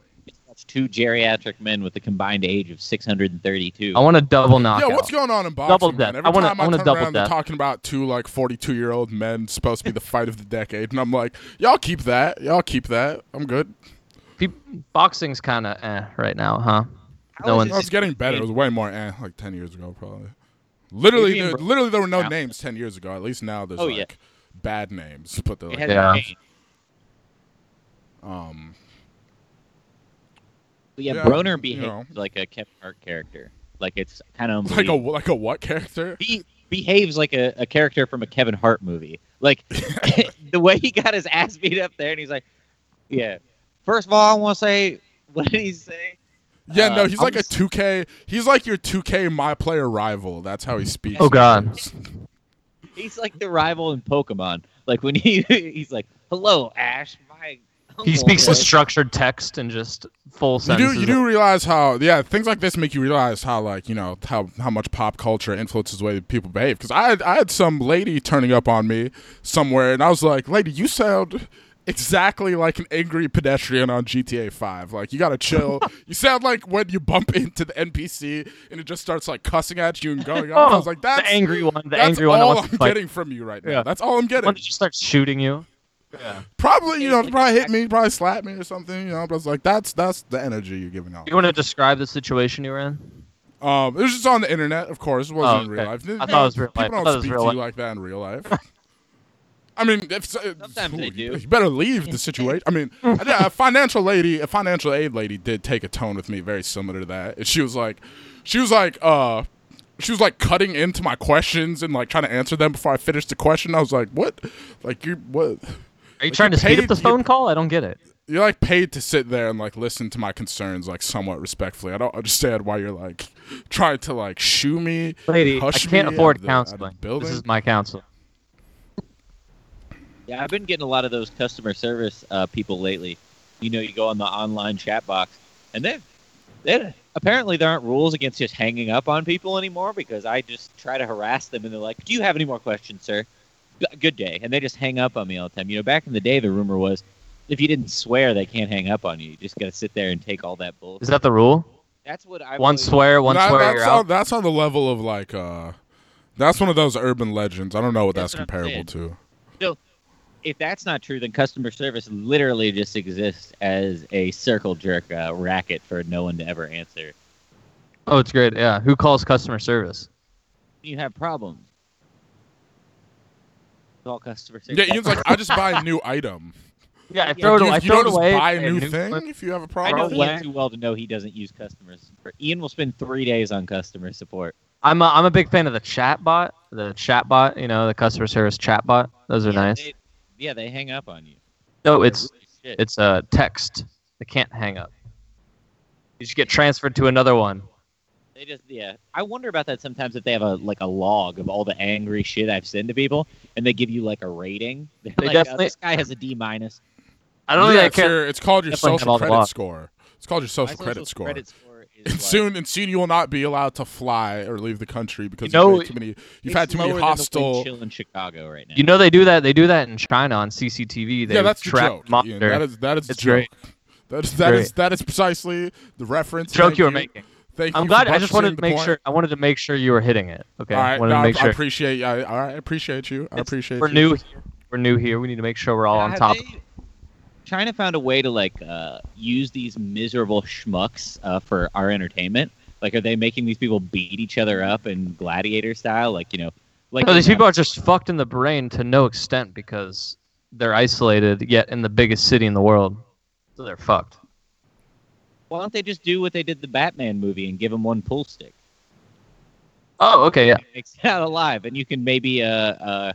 S5: That's two geriatric men with a combined age of 632.
S6: I want a double knockout.
S4: Yo, what's going on in boxing?
S6: Double
S4: man?
S6: death.
S4: Every
S6: I wanna-
S4: time
S6: I
S4: I,
S6: wanna
S4: turn
S6: double
S4: around, they're
S6: death.
S4: talking about two like 42 year old men supposed to be the fight of the decade, and I'm like, y'all keep that. Y'all keep that. I'm good.
S6: Pe- boxing's kind of eh right now, huh?
S5: How
S6: No
S5: is
S6: one's.
S4: No, it's getting better. It was way more eh, like 10 years ago, probably. Literally,
S5: Adrian
S4: there,
S5: Bro-
S4: literally there were no
S5: Yeah.
S4: names 10 years ago. At least now there's
S5: Oh,
S4: like
S5: yeah.
S4: bad names, but they're
S5: It
S4: like,
S5: has
S6: Yeah.
S5: changed.
S4: um,
S5: But yeah,
S4: Yeah, you
S5: Broner behaves
S4: know.
S5: like a Kevin Hart character. Like it's kind of
S4: like a like a what character?
S5: he behaves like a, a character from a Kevin Hart movie. Like the way he got his ass beat up there, and he's like, "Yeah." First of all, I want to say, what did he say?
S4: Yeah,
S5: Uh,
S4: no, he's
S5: I'm
S4: like a
S5: just-
S4: 2K. He's like your 2K my player rival. That's how he speaks.
S6: Oh, God.
S5: He's like the rival in Pokemon. Like when he he's like, "Hello, Ash." My
S6: He speaks in
S5: with
S6: structured text and just full
S4: You do
S6: sentences.
S4: you do realize how yeah things like this make you realize how like you know how how much pop culture influences the way that people behave because I had, I had some lady turning up on me somewhere and I was like lady you sound exactly like an angry pedestrian on GTA 5 like you gotta chill you sound like when you bump into the NPC and it just starts like cussing at you and going off I was like that's
S6: Oh, the angry one. The
S4: that's
S6: angry one that
S4: all
S6: wants
S4: I'm
S6: to fight.
S4: getting from you right now
S6: Yeah.
S4: that's all I'm
S6: The
S4: getting
S6: one that just starts shooting you.
S4: probably you know probably hit me probably slap me or something you know but I was like that's that's the energy you're giving off
S6: You want to describe the situation you were in?
S4: Um, it was just on the internet, of course. It
S6: Oh,
S4: wasn't in real
S6: okay.
S4: life.
S6: I thought it was real
S4: People
S6: life. I
S4: don't
S6: thought it was
S4: speak
S6: real
S4: to
S6: life.
S4: you like that in real life. I mean, if so-
S5: Sometimes they
S4: you-
S5: do.
S4: You better leave the situation. I mean, yeah, a financial lady, a financial aid lady, did take a tone with me very similar to that. And she was like, she was like, uh, she was like cutting into my questions and like trying to answer them before I finished the question. I was like, what? Like you what?
S6: Are you trying to speed
S4: paid-
S6: up the
S4: you-
S6: phone call? I don't get it.
S4: You're like paid to sit there and like listen to my concerns like somewhat respectfully. I don't understand why you're like trying to like shoo me.
S6: Lady, I
S4: hush
S6: can't
S4: me out
S6: afford
S4: of the- out of the
S6: counseling.
S4: building.
S6: This is my counsel.
S5: Yeah, I've been getting a lot of those customer service uh, people lately. You know, you go on the online chat box, and then, then apparently there aren't rules against just hanging up on people anymore because I just try to harass them, and they're like, "Do you have any more questions, sir? G- Good day," and they just hang up on me all the time. You know, back in the day, the rumor was if you didn't swear, they can't hang up on you. You just got to sit there and take all that bull.
S6: Is that the rule?
S5: That's what I
S6: One
S5: always-
S6: swear, one
S4: That-
S6: swear,
S4: that's,
S6: you're
S4: on,
S6: out.
S4: that's on the level of like uh that's one of those urban legends. I don't know what that's,
S5: That's what I'm
S4: comparable to.
S5: If that's not true, then customer service literally just exists as a circle jerk uh, racket for no one to ever answer.
S6: Oh, it's great. Yeah. Who calls customer service?
S5: you have problems. It's all customer
S4: Yeah,
S5: service.
S4: Ian's like, I just buy a new item.
S6: Yeah, I
S5: Like,
S6: throw it
S4: you,
S6: away. I
S4: you
S6: throw
S4: don't
S6: it
S4: just
S6: away.
S4: buy
S6: buy
S4: a new
S6: new
S4: thing
S6: one.
S4: if you have a
S5: I
S4: problem.
S5: know Ian
S6: Whack.
S5: too well to know he doesn't use customer support. Ian will spend three days on customer support.
S6: I'm a, I'm a big fan of the chat bot. The chat bot, you know, the customer service chat bot. Those are
S5: Yeah,
S6: nice.
S5: They, yeah, they hang up on you.
S6: No, it's
S5: Holy shit.
S6: it's uh, text. They can't hang up. You should get transferred to another one.
S5: They just yeah. I wonder about that sometimes if they have a like a log of all the angry shit I've sent to people and they give you like a rating. They're
S6: They
S5: like,
S6: definitely-
S5: oh, this guy has a D minus.
S6: I don't
S4: yeah,
S6: think
S4: it's,
S6: I care.
S4: your- it's called your
S6: Definitely have
S4: social
S6: all the
S4: credit
S6: luck.
S4: score. It's called your
S5: My
S4: social credit
S5: social
S4: score.
S5: Credit score is
S4: And
S5: like,
S4: soon, and soon you will not be allowed to fly or leave the country because
S6: know-
S4: you've, made too many, you've
S5: it's
S4: had too many
S5: lower than the wind
S4: hostile.
S5: chill in Chicago right now.
S6: You know they do that. They do that in China on CCTV. They
S4: Yeah, that's the
S6: track
S4: joke. Ian.
S6: monitor.
S4: That is that is the
S6: It's great.
S4: joke. That is that
S6: Great.
S4: is that is precisely the reference.
S6: joke
S4: Thank
S6: you were making.
S4: Thank
S6: I'm
S4: you
S6: glad.
S4: for
S6: I just
S4: buttressing
S6: wanted to
S4: the
S6: make
S4: point.
S6: sure. I wanted to make sure you were hitting it. Okay.
S4: All right,
S6: wanted
S4: no,
S6: to make
S4: I,
S6: sure.
S4: appreciate. I, all right, I appreciate you. I
S6: It's-
S4: appreciate.
S6: We're
S4: you.
S6: new here. We're new here. We need to make sure we're all
S5: Now,
S6: on
S5: have
S6: top.
S5: they- China found a way to like uh, use these miserable schmucks uh, for our entertainment. Like, are they making these people beat each other up in gladiator style? Like, you know, like
S6: no, Oh, these
S5: you know,
S6: people are just fucked in the brain to no extent because they're isolated, yet in the biggest city in the world, so they're fucked.
S5: Why don't they just do what they did the Batman movie and give him one pull stick?
S6: Oh, okay, yeah.
S5: It Makes it out alive, and you can maybe uh uh,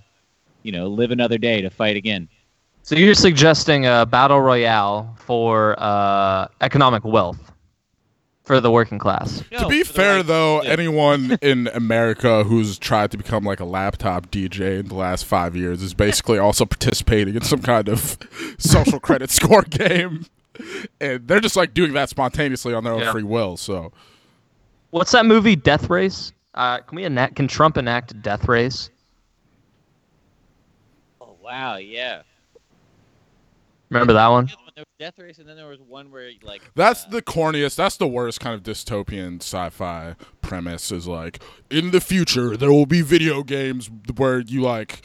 S5: you know, live another day to fight again.
S6: So you're suggesting a battle royale for uh, economic wealth for the working class.
S4: to be fair, though, anyone in America who's tried to become like a laptop DJ in the last five years is basically also participating in some kind of social credit score game. And they're just like doing that spontaneously on their own
S6: Yeah.
S4: free will. So,
S6: What's that movie, Death Race? Uh, can we enact? Can Trump enact Death Race?
S5: oh, wow, yeah.
S6: Remember that one?
S5: The other one, There was Death Race, and then there was one where like
S4: That's
S5: uh,
S4: the corniest. That's the worst kind of dystopian sci-fi premise. Is like in the future there will be video games where you like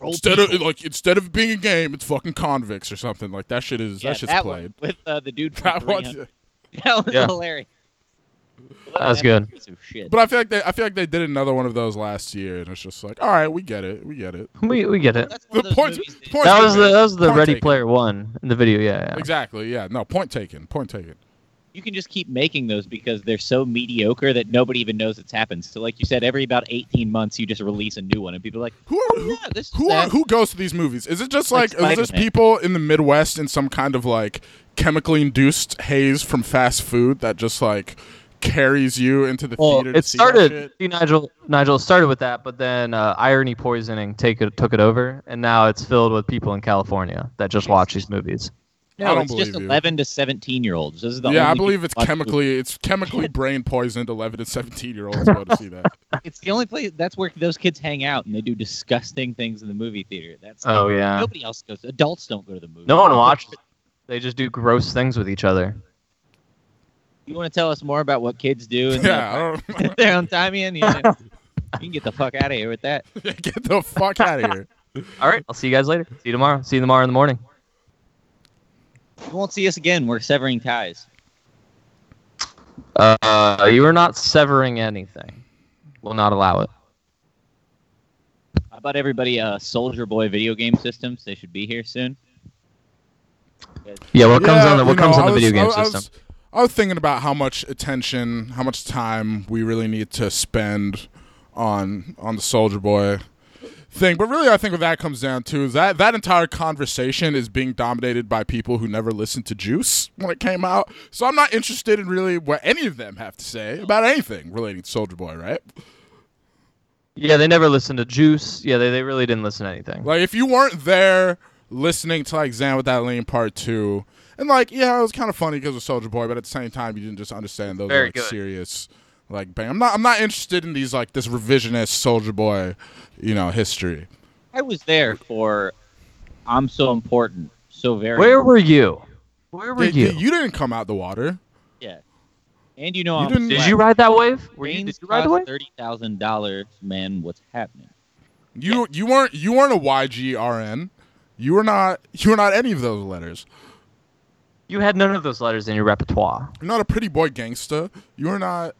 S4: instead of like instead of being a game, it's fucking convicts or something like that. Shit is
S5: yeah,
S4: that shit's
S5: that one
S4: played.
S5: with uh, the dude. From
S4: That one's-
S5: 300. that was
S6: Yeah.
S5: hilarious.
S6: That was good.
S5: Piece of shit.
S4: but I feel like they I feel like they did another one of those last year, and it's just like, all right, we get it, we get it.
S6: We we get it.
S5: That's
S4: The
S5: one of those
S4: point,
S5: movies that-
S4: point
S6: That was the
S4: taken.
S6: that was the
S4: Point
S6: Ready
S4: taken.
S6: Player One in the video. Yeah, yeah.
S4: Exactly. Yeah. No. Point taken. Point taken.
S5: you can just keep making those because they're so mediocre that nobody even knows it's happened. So, like you said, every about 18 months, you just release a new one, and people are like,
S4: Who are who,
S5: yeah, this is
S4: who, are,
S5: that.
S4: who goes to these movies? Is it just like,
S5: Like
S4: is this
S5: Spider-Man.
S4: people in the Midwest in some kind of like chemically induced haze from fast food that just like carries you into the
S6: Well,
S4: theater? to
S6: it
S4: see that
S6: started.
S4: shit?
S6: See, Nigel, Nigel it started with that, but then uh, irony poisoning take it, took it over, and now it's filled with people in California that just watch these movies.
S5: no,
S4: I don't
S5: it's just
S4: believe you.
S5: 11 to 17 year olds. This is the
S4: yeah, I
S5: only
S4: believe
S5: people
S4: it's
S5: who watch
S4: chemically it's chemically brain poisoned. Eleven and seventeen year olds go to see that.
S5: movies. It's the only place that's where those kids hang out and they do disgusting things in the movie theater. That's
S6: Oh yeah.
S5: nobody else goes. Adults don't go to the movie.
S6: No one watches. it. They just do gross things with each other.
S5: You want to tell us more about what kids do? in
S4: Yeah, I don't,
S5: their- their own time in. Yeah. you can get the fuck out of here with that.
S4: get the fuck out of here.
S6: All right, I'll see you guys later. See you tomorrow. See you tomorrow in the morning.
S5: You won't see us again. We're severing ties.
S6: Uh, you are not severing anything. Will not allow it.
S5: How about everybody? Uh, Soldier Boy video game systems. They should be here soon.
S6: Yeah, what comes
S4: Yeah,
S6: on the
S4: you
S6: what
S4: know,
S6: comes
S4: I
S6: on the
S4: was-
S6: video game
S4: I- I was-
S6: system?
S4: I was thinking about how much attention, how much time we really need to spend on on the Soldier Boy thing, but really, I think what that comes down to is that that entire conversation is being dominated by people who never listened to Juice when it came out. So I'm not interested in really what any of them have to say about anything relating to Soldier Boy, right?
S6: Yeah, they never listened to Juice. Yeah, they, they really didn't listen to anything.
S4: Like if you weren't there listening to like Zan with that lane part two, and like yeah, it was kind of funny because of Soldier Boy, but at the same time, you didn't just understand those are,
S6: Very
S4: like
S6: good.
S4: serious. Like bang, I'm not. I'm not interested in these like this revisionist Soldier Boy, you know, history.
S5: I was there for I'm so important, so very
S6: Where were you? Where were
S4: Yeah, yeah,
S6: you?
S4: you didn't come out the water.
S5: yeah. And you know
S4: You
S5: I'm
S4: didn't-
S6: Did
S5: black.
S6: you ride that wave? Were you,
S5: Brains
S6: did you ride the
S5: cost
S6: wave?
S5: thirty thousand dollars, man. What's happening?
S4: You you weren't you weren't a YGRN. You were not you were not any of those letters.
S6: You had none of those letters in your repertoire.
S4: You're not a pretty boy gangsta. You were not.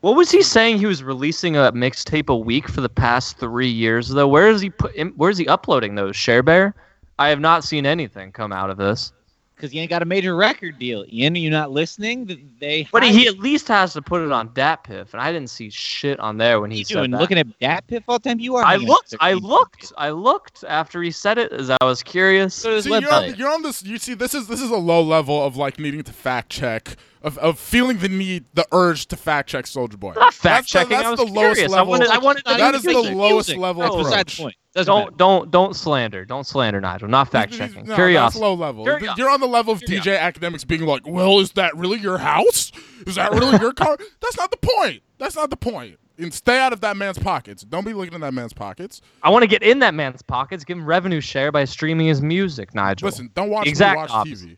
S6: What was he saying? He was releasing a mixtape a week for the past three years, though. Where is he put? im- Where is he uploading those? ShareBear? I have not seen anything come out of this.
S5: Because you ain't got a major record deal. Ian, you not listening? Th- They
S6: But
S5: hide-
S6: he at least has to put it on Datpiff, and I didn't see shit on there when
S5: What are
S6: he
S5: you
S6: said
S5: doing?
S6: that.
S5: Looking at that Piff all the time? You are.
S6: I
S5: hanging out
S6: looked.
S5: with
S6: I
S5: 13
S6: looked.
S5: kids.
S6: I looked after he said it, as I was curious.
S5: Go to his
S4: See, you're on,
S5: website.
S4: you're on this. You see, this is this is a low level of like needing to fact check, of, of feeling the need, the urge to fact check Soldier Boy.
S6: I'm not fact
S4: That's the-
S6: checking.
S4: that's
S6: I was
S4: the lowest
S6: curious.
S4: level.
S6: I wanted. I wanted.
S5: Not
S4: that
S5: even
S4: is the
S5: music.
S4: lowest
S5: Music.
S4: level
S5: That's beside
S4: approach.
S5: the point. Doesn't
S6: don't
S5: matter.
S6: don't don't slander. Don't slander Nigel. Not fact
S4: These-
S6: checking.
S4: these- no, that's
S6: Curiosity.
S4: low level.
S6: Curiosity.
S4: You're on the level of DJ academics being like, "Well, is that really your house? Is that really your car?" That's not the point. That's not the point. And stay out of that man's pockets. Don't be looking in that man's pockets.
S6: I want to get in that man's pockets, give him revenue share by streaming his music, Nigel.
S4: Listen, don't watch
S6: Exact
S4: me watch
S6: opposite.
S4: TV.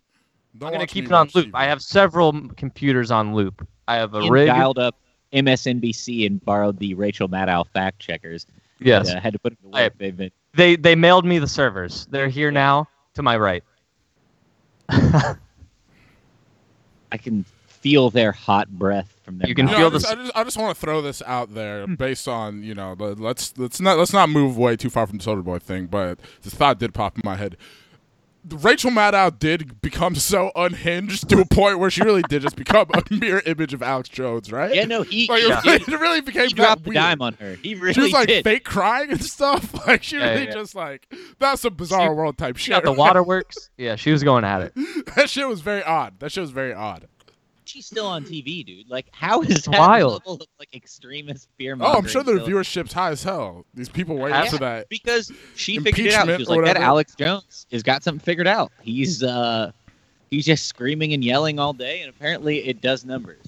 S4: Don't
S6: I'm gonna
S4: watch
S6: keep
S4: me
S6: it on
S4: watch
S6: loop.
S4: TV.
S6: I have several m- computers on loop. I have a
S5: Ian
S6: rig.
S5: dialed up MSNBC and borrowed the Rachel Maddow fact checkers.
S6: Yes,
S5: Yeah, I had to put it away.
S6: I-
S5: They've been
S6: they they mailed me the servers. They're here now to my right.
S5: I can feel their hot breath from their.
S6: You can
S5: mouth.
S4: You know,
S6: feel
S4: I,
S6: the
S4: just,
S6: s-
S4: I just, I just want to throw this out there based on you know the- let's let's not let's not move way too far from the Soldier Boy thing, but this thought did pop in my head. Rachel Maddow did become so unhinged to a point where she really did just become a mere image of Alex Jones, right?
S5: Yeah, no, he,
S4: Like, it,
S5: yeah.
S4: really,
S5: he,
S4: it really became
S5: he
S4: that
S5: dropped the
S4: weird.
S5: dime on her. He really
S4: she was like
S5: did.
S4: fake crying and stuff. Like she
S6: Yeah,
S4: really
S6: yeah.
S4: just like that's some bizarre world type shit.
S6: Got the waterworks. Yeah, she was going at it.
S4: that shit was very odd. That shit was very odd.
S5: She's still on TV, dude. Like, how is that
S6: wild.
S5: level of like extremist fear?
S4: Oh, I'm sure
S5: the
S4: their viewership's high as hell. These people waiting
S6: Yeah.
S4: for that.
S5: because she figured it out. She
S4: Impeachment
S5: was
S4: or
S5: like, that
S4: whatever.
S5: Alex Jones has got something figured out. He's uh, he's just screaming and yelling all day, and apparently it does numbers.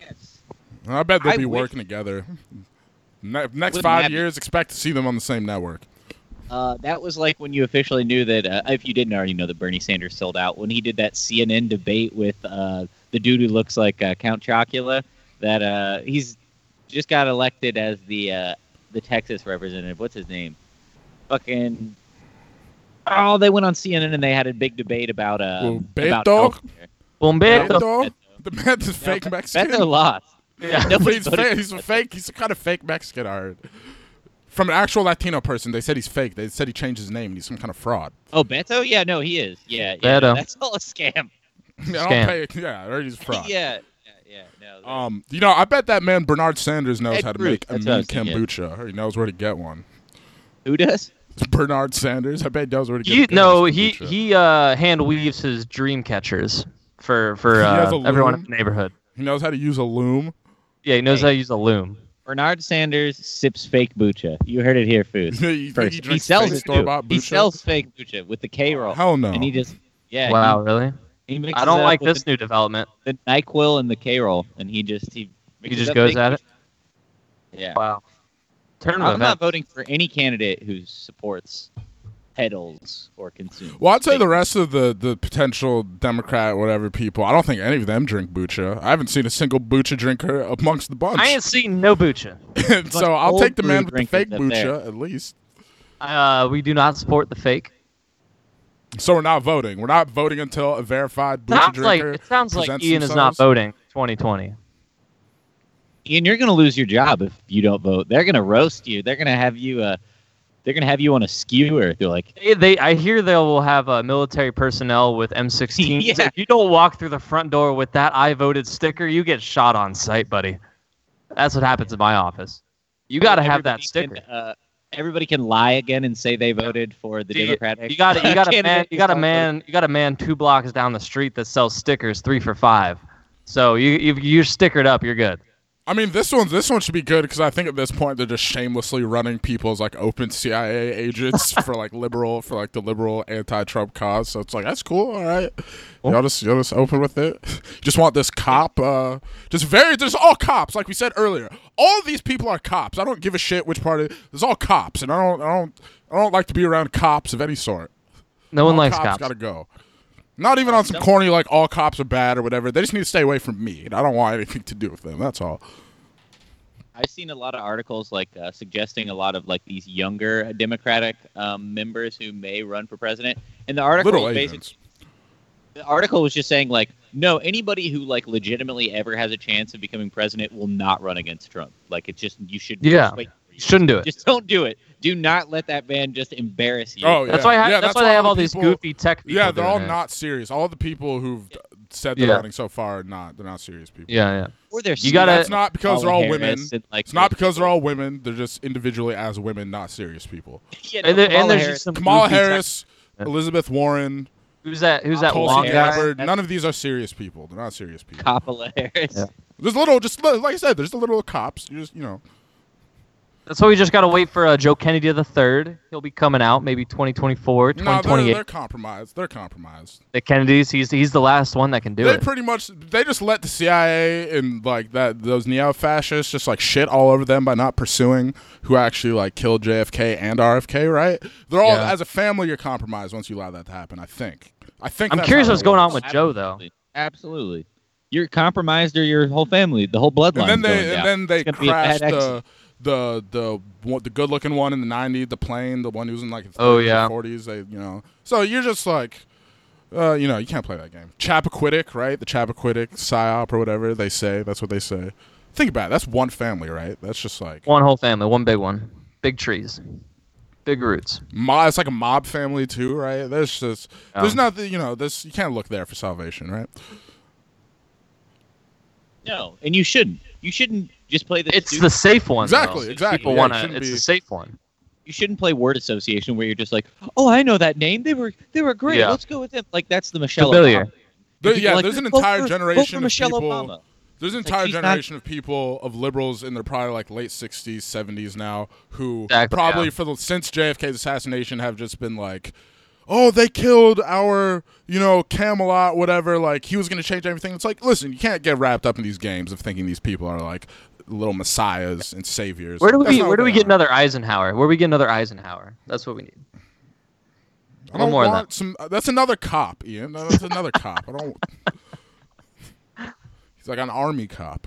S5: Yes.
S4: And I bet they'll
S5: I
S4: be
S5: wish-
S4: working together. Ne- next
S5: Wouldn't
S4: five
S5: that be-
S4: years, expect to see them on the same network.
S5: Uh, that was like when you officially knew that, uh, if you didn't already know that Bernie Sanders sold out, when he did that CNN debate with uh, the dude who looks like uh, Count Chocula, that uh, he's just got elected as the uh, the Texas representative. What's his name? Fucking. Oh, they went on CNN and they had a big debate about uh about
S4: Beto? Oh,
S5: healthcare.
S6: Bombito.
S4: Beto?
S5: Beto.
S4: The man that's fake
S5: Beto-
S4: Mexican.
S5: Beto lost.
S6: Yeah.
S5: Nobody
S4: he's,
S5: voted
S4: fa-
S5: for
S4: he's a
S5: Beto.
S4: fake. He's a kind of fake Mexican. I heard. From an actual Latino person, they said he's fake. They said he changed his name. and He's some kind of fraud.
S5: Oh, Beto? Yeah, no, he is. Yeah, yeah
S6: Beto.
S5: that's all a scam.
S4: I
S6: Scam.
S4: don't pay. Yeah, I heard he's a fraud.
S5: Yeah, yeah, yeah. No,
S4: Um, you know, I bet that man Bernard Sanders knows
S5: Ted
S4: how to
S5: Cruz,
S4: make a
S5: that's what I
S4: mean
S5: was thinking.
S4: kombucha. Or he knows where to get one.
S5: who does?
S4: Bernard Sanders, I bet he knows where to get. a
S6: You
S4: good
S6: no,
S4: ass
S6: he
S4: kombucha.
S6: he uh, hand weaves his dream catchers for for
S4: He has
S6: uh,
S4: a
S6: everyone
S4: loom?
S6: in the neighborhood.
S4: He knows how to use a loom.
S6: Yeah, he knows
S5: Hey.
S6: how to use a loom.
S5: Bernard Sanders sips fake bucha. You heard it here, food.
S4: You think he
S5: First, he,
S4: drinks
S5: sells
S4: fake
S5: it.
S4: store-bought
S5: too. He
S4: bucha?
S5: sells fake bucha with the K roll.
S4: Hell no.
S5: And he just yeah.
S6: wow, really?
S5: He, he mixes
S6: I
S5: it
S6: don't
S5: up
S6: like
S5: with
S6: this new development.
S5: The, the Nyquil and the K roll, and he just he. mixes
S6: just
S5: up
S6: goes
S5: fake
S6: at it?
S5: Bucha. Yeah.
S6: Wow. Turn
S5: I'm
S6: of
S5: not
S6: events.
S5: voting for any candidate who supports pedals or consumes.
S4: Well, I'd say
S5: fake
S4: the rest of the the potential Democrat, whatever people, I don't think any of them drink bucha. I haven't seen a single bucha drinker amongst the bunch.
S6: I ain't seen no bucha.
S4: And
S5: bunch
S4: so
S5: of
S4: I'll
S5: old
S4: take the
S5: brew
S4: man with the
S5: drinkers
S4: fake
S5: up there.
S4: bucha at least.
S6: Uh, we do not support the fake.
S4: So we're not voting. We're not voting until a verified bucha
S6: Sounds like
S4: drinker.
S6: it sounds like
S4: presents
S6: Ian is not
S4: themselves.
S6: voting 2020.
S5: Ian, you're going to lose your job if you don't vote. They're going to roast you. They're going to have you. Uh, they're going to have you on a skewer. They're like,
S6: They, they I hear they will have uh, military personnel with M16s.
S5: Yeah.
S6: If you don't walk through the front door with that "I voted" sticker, you get shot on sight, buddy. That's what happens in my office. You got to have that
S5: everybody
S6: sticker.
S5: Can, uh, everybody can lie again and say they voted for the
S6: You-
S5: Democratic.
S6: You got you got a man
S5: candidate
S6: you got a
S5: who
S6: man you got a man two blocks down the street that sells stickers three for five. So you you you're stickered up, you're good.
S4: I mean, this one this one should be good because I think at this point they're just shamelessly running people as like open CIA agents for like liberal for like the liberal anti-Trump cause. So it's like that's cool. All right,
S6: Oh.
S4: y'all just y'all just open with it. Just want this cop. Uh, just very. There's all cops. Like we said earlier, all these people are cops. I don't give a shit which part of. There's all cops, and I don't I don't I don't like to be around cops of any sort.
S6: No one
S4: All
S6: likes cops.
S4: Gotta go. Not even on some corny like all cops are bad or whatever. They just need to stay away from me, and I don't want anything to do with them. That's all.
S5: I've seen a lot of articles like uh, suggesting a lot of like these younger Democratic um, members who may run for president, and the article
S4: Little
S5: was
S4: agents.
S5: basically the article was just saying like, no, anybody who like legitimately ever has a chance of becoming president will not run against Trump. Like it's just you should
S6: Yeah.
S5: just wait.
S6: Shouldn't do it.
S5: Just don't do it. Do not let that man just embarrass you.
S4: Oh,
S6: That's
S4: yeah.
S6: why I-
S4: Yeah,
S6: that's,
S4: that's
S6: why
S4: why
S6: they have
S4: all
S6: all
S4: the
S6: these
S4: people-
S6: goofy tech people.
S4: yeah, they're all
S6: doing it.
S4: not serious. All the people who've said they're
S6: Yeah.
S4: running so far are not. They're not serious people.
S6: Yeah, yeah.
S5: or they're
S6: You gotta-
S5: stupid.
S4: It's not because they're all
S5: Kamala
S4: women.
S5: Harris and, like,
S4: It's not because they're all women. They're just individually as women, not serious people.
S5: Yeah, no,
S6: And, there, and
S5: Kamala
S6: there's
S5: Harris-
S6: just some
S4: Kamala
S6: goofy tech-
S4: Harris,
S6: Yeah.
S4: Elizabeth Warren,
S6: Who's that? Who's that
S4: Tulsi
S6: long guy?
S4: Gabbard. None of these are serious people. They're not serious people.
S5: Kamala Harris.
S6: Yeah.
S4: There's little, just li- like I said, there's the little cops. You just, you know,
S6: That's why we just gotta wait for uh, Joe Kennedy the third. He'll be coming out maybe 2024,
S4: no, they're,
S6: 2028.
S4: they're compromised. They're compromised.
S6: the Kennedys, he's he's the last one that can do
S4: they
S6: it.
S4: pretty much they just let the CIA and like that those neo fascists just like shit all over them by not pursuing who actually like killed JFK and RFK, right? They're all
S6: Yeah.
S4: as a family you're compromised once you allow that to happen. I think. I think.
S6: I'm
S4: that's
S6: curious
S4: how
S6: what's
S4: it
S6: going on
S4: works.
S6: with Joe though.
S5: Absolutely. Absolutely. You're compromised or your whole family, the whole bloodline.
S4: And then
S5: going
S4: they
S5: down.
S4: and then they
S5: It's gonna be a bad
S4: crashed uh, the the the one- the good looking one in the '90s, the plane, the one who's in like his
S6: Oh,
S4: 30s or
S6: yeah.
S4: 40s. They you know, so you're just like. Uh, you know, you can't play that game. Chappaquiddick, right? The Chappaquiddick psyop or whatever they say. That's what they say. Think about it. That's one family, right? That's just like
S6: One whole family, one big one, big trees. Big roots.
S4: Mo- it's like a mob family too, right? There's just there's
S6: Yeah.
S4: nothing you know. This you can't look there for salvation, right?
S5: No, and you shouldn't. You shouldn't just play the.
S6: It's
S5: stupid-
S6: the safe one. though.
S4: Exactly, exactly.
S6: People
S4: Yeah, it
S6: want to.
S4: shouldn't
S6: It's
S4: be-
S6: the safe one.
S5: you shouldn't play word association where you're just like, oh, I know that name. They were they were great.
S6: Yeah.
S5: Let's go with them. Like that's the Michelle
S6: Familiar.
S5: Obama.
S4: There-
S5: People
S4: yeah,
S5: are like,
S4: there's an
S5: vote
S4: entire
S5: for- vote for
S4: generation of
S5: Michelle
S4: people-
S5: Obama.
S4: There's an
S5: It's like
S4: entire
S5: she's not-
S4: generation of people of liberals in their probably like late 60s, 70s now who
S6: Exactly,
S4: probably
S6: yeah.
S4: for the since JFK's assassination have just been like, "Oh, they killed our, you know, Camelot whatever, like he was going to change everything." It's like, "Listen, you can't get wrapped up in these games of thinking these people are like little messiahs and saviors."
S6: Where do
S4: That's
S6: we
S4: not
S6: Where do
S4: what
S6: we
S4: they
S6: get
S4: are.
S6: another Eisenhower? Where do we get another Eisenhower? That's what we need.
S4: I don't
S6: One more of
S4: want some. uh, That's another cop, Ian. No, That's another cop. I don't. He's like an army cop.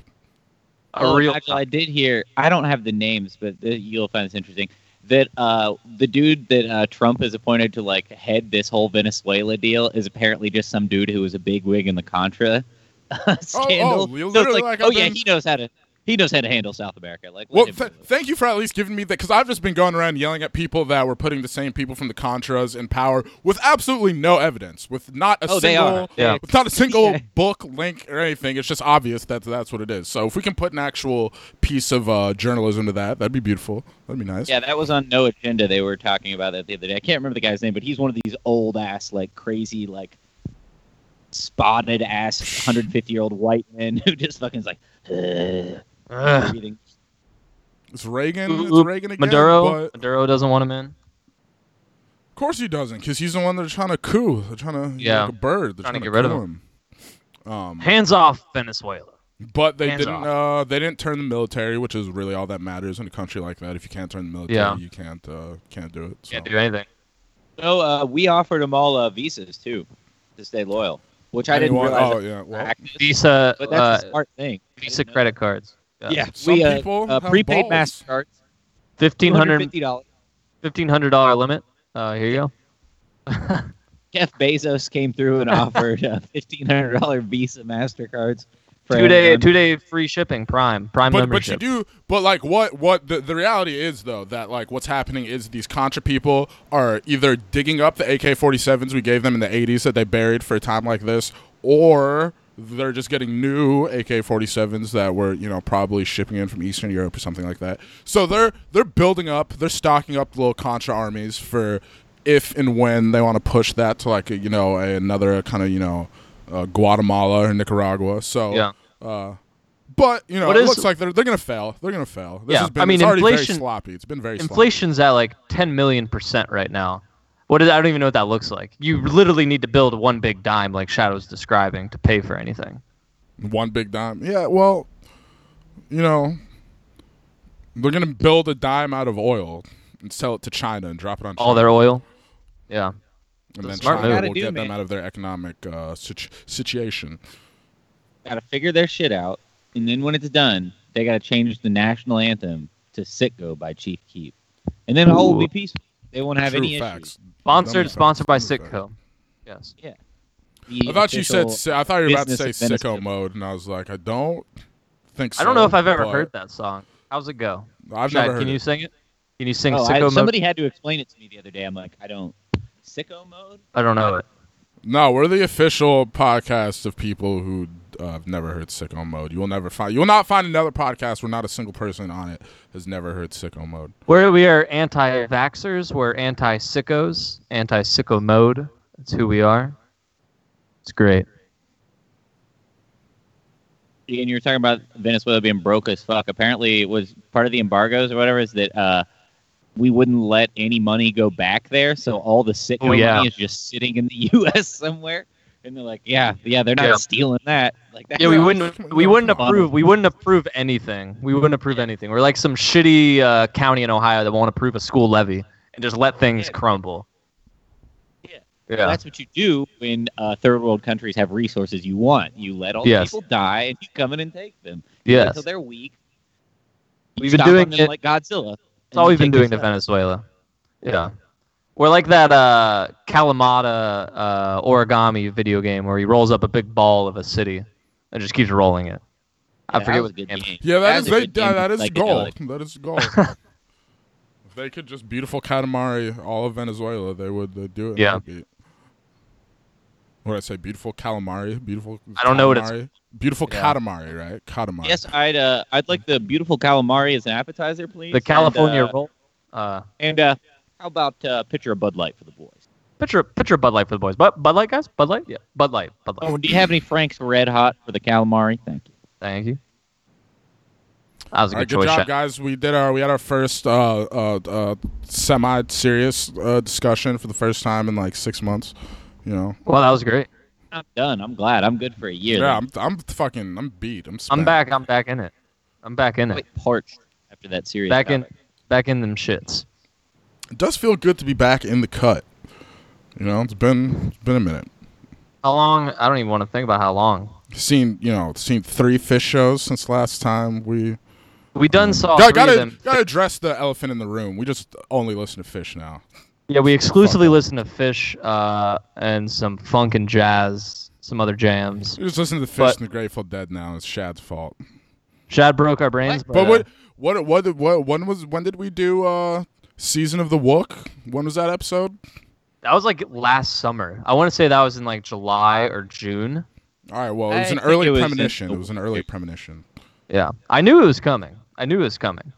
S6: A
S5: Oh,
S6: real.
S5: actually, I did hear. I don't have the names, but th- you'll find this interesting. That uh, the dude that uh, Trump is appointed to like head this whole Venezuela deal is apparently just some dude who was a bigwig in the Contra scandal.
S4: Oh, you
S5: So it's
S4: literally
S5: like,
S4: like
S5: oh
S4: I've
S5: yeah,
S4: been-
S5: he knows how to he knows how to handle South America. Like, let
S4: Well,
S5: him
S4: th-
S5: do it.
S4: thank you for at least giving me that because I've just been going around yelling at people that were putting the same people from the Contras in power with absolutely no evidence, with not a
S5: Oh, they
S4: single,
S5: are.
S6: Yeah.
S4: with not a single
S5: Yeah.
S4: book link or anything. It's just obvious that that's what it is. So if we can put an actual piece of uh, journalism to that, that'd be beautiful. That'd be nice.
S5: Yeah, that was on No Agenda. They were talking about that the other day. I can't remember the guy's name, but he's one of these old ass, like crazy, like spotted ass, 150 year old white men who just fucking is like "Ugh,"
S6: Ugh.
S5: breathing.
S4: It's Reagan.
S6: Oop,
S4: It's Reagan again.
S6: Maduro.
S4: but-
S6: Maduro doesn't want him in.
S4: Of course he doesn't, because he's the one that's trying to coup. They're trying to, yeah,
S6: Yeah.
S4: like a bird. They're
S6: Trying to get
S4: coup
S6: rid of
S4: him. Um,
S6: Hands off Venezuela.
S4: but they
S6: Hands
S4: didn't. Uh, they didn't turn the military, which is really all that matters in a country like that. If you can't turn the military,
S6: Yeah.
S4: you can't uh, can't do it. So.
S6: Can't do anything.
S5: No, uh, we offered them all uh, visas too to stay loyal, which I didn't
S4: Anyone-
S5: realize.
S4: Oh
S5: was
S4: yeah. Well,
S5: practice,
S6: Visa.
S5: but that's
S6: uh,
S5: a smart thing.
S6: Visa credit cards.
S5: Yeah,
S4: Some
S5: we, uh,
S4: people
S5: uh,
S4: have
S5: prepaid
S4: balls.
S5: Mastercards,
S6: Fifteen hundred.
S5: $150.
S6: Fifteen hundred dollar limit. Uh, here you go.
S5: Jeff Bezos came through and offered uh, $1,500 Visa Mastercards. for
S6: Two day,
S5: everyone.
S6: two day free shipping. Prime, prime
S4: but
S6: membership.
S4: but you do but like what what the, the reality is though that like what's happening is these contra people are either digging up the AK47s we gave them in the 80s that they buried for a time like this or they're just getting new AK47s that were you know probably shipping in from Eastern Europe or something like that so they're they're building up they're stocking up little contra armies for if and when they want to push that to like a, you know a, another kind of you know uh, Guatemala or Nicaragua so
S6: Yeah.
S4: uh but you know,
S6: What
S4: it
S6: is-
S4: looks like they're they're gonna fail. They're gonna fail. This
S6: Yeah,
S4: has been
S6: I mean,
S4: it's already
S6: inflation-
S4: very sloppy. It's been very
S6: Inflation's at like ten million percent right now. What is? I don't even know what that looks like. You literally need to build one big dime, like Shadow's describing, to pay for anything.
S4: sloppy. One big dime. Yeah, well, you know, they're gonna build a dime out of oil and sell it to China and drop it on
S6: All
S4: China,
S6: their oil. Yeah.
S4: and then
S6: smart
S4: China
S5: move.
S4: will
S5: Gotta do,
S4: get them
S5: man.
S4: out of their economic uh, situ- situation.
S5: got to figure their shit out, and then when it's done, they got to change the national anthem to "Sitgo" by Chief Keef, and then all will be
S6: Ooh.
S5: peaceful. They won't have
S4: True
S5: any
S4: facts.
S6: Sponsored,
S4: Dumb
S6: sponsored by
S4: facts. Dumb facts.
S6: Sitco. Yes.
S5: issues. The
S4: I thought you said.
S5: official-
S4: si- I thought you were about to say
S5: business of
S4: sicko
S5: Venezuela.
S4: mode, and I was like, I don't think so.
S6: I don't know if I've ever
S4: but
S6: heard that song. How's it go?
S4: I've
S6: Chad,
S4: never heard.
S6: can you
S4: it.
S6: sing it? Can you sing
S5: Oh, I-
S6: Sicko
S5: somebody had to explain it to me the other day. I'm like, I don't. Sicko mode?
S6: mode? I don't know it.
S4: No, we're the official podcast of people who uh, have never heard sicko mode. You will never find. You will not find another podcast where not a single person on it has never heard sicko mode.
S6: We're, we are anti-vaxxers. We're anti-sickos. Anti-sicko mode. That's who we are. It's great.
S5: And you were talking about Venezuela being broke as fuck. Apparently, it was part of the embargoes or whatever is that uh, we wouldn't let any money go back there. So all the Sitco
S6: Oh, yeah.
S5: money is just sitting in the U.S. somewhere. And they're like, yeah, yeah, they're not
S6: Yeah.
S5: stealing that. Like that.
S6: Yeah, we
S4: Yeah,
S6: wouldn't.
S4: come
S6: We
S4: on,
S6: wouldn't
S4: come on.
S6: approve. We wouldn't approve anything. We wouldn't approve anything. We're like some shitty uh, county in Ohio that won't approve a school levy and just let things
S5: Yeah.
S6: crumble.
S5: Yeah.
S6: Yeah.
S5: That's what you do when uh, third world countries have resources you want. You let all the
S6: Yes.
S5: people die and you come in and take them
S6: Yes.
S5: until they're weak. You
S6: We've been
S5: stomp on
S6: doing
S5: them
S6: it-
S5: like Godzilla.
S6: That's all we've been doing to Venezuela. Yeah. We're like that uh, Kalamata uh, origami video game where he rolls up a big ball of a city and just keeps rolling it. I forget what the
S5: good
S6: name.
S5: game.
S4: Yeah, that is
S5: That's a
S4: they,
S5: good game
S4: that is
S5: with
S4: gold.
S5: psychedelics.
S4: That is gold. They could just beautiful Katamari all of Venezuela. They would they'd do it. in a
S6: Yeah.
S4: heartbeat. What did I say? Beautiful calamari. Beautiful.
S6: I don't know what it's-
S4: calamari? Beautiful
S6: Yeah.
S4: Katamari, right? Katamari.
S5: Yes, I'd uh, I'd like the beautiful calamari as an appetizer, please.
S6: The California
S5: and, uh,
S6: roll. Uh,
S5: and uh, how about uh, pitcher of Bud Light for the boys?
S6: picture picture Bud Light for the boys. But Bud Light guys, Bud Light, yeah, Bud Light, Bud Light.
S5: Oh, do you have any Frank's Red Hot for the calamari? Thank you.
S6: Thank you. That was a
S4: All
S6: good
S4: right, good
S6: choice.
S4: job,
S6: Shaq.
S4: guys. We did our we had our first uh, uh, uh, semi-serious uh, discussion for the first time in like six months. You know,
S6: Well, that was great.
S5: I'm done. I'm glad. I'm good for a year.
S4: yeah,
S5: then.
S4: I'm, I'm fucking, I'm beat. I'm,
S6: I'm
S4: spent.
S6: back. I'm back in it. I'm back in it.
S5: quite parched after that series.
S6: Back in, back in them shits.
S4: It does feel good to be back in the cut. You know, it's been it's been a minute.
S6: How long? I don't even want to think about how long.
S4: Seen you know, seen three fish shows since last time we.
S6: We done saw
S4: Gotta-
S6: 3
S4: gotta
S6: of them.
S4: gotta address the elephant in the room. We just only listen to fish now.
S6: Yeah, we exclusively listen to Fish uh, and some funk and jazz, some other jams.
S4: We just listen to the fish
S6: But-
S4: and the Grateful Dead now. It's Shad's fault.
S6: Shad broke our brains, but,
S4: But
S6: uh,
S4: what what what what when was when did we do uh season of the Wook? When was that episode?
S6: that was like last summer. I want to say that was in like July or June.
S4: All right, well, it was
S5: I
S4: an
S5: think
S4: early
S5: it was just
S4: premonition.
S5: the
S4: It was an early premonition.
S6: Yeah, I knew it was coming. I knew it was coming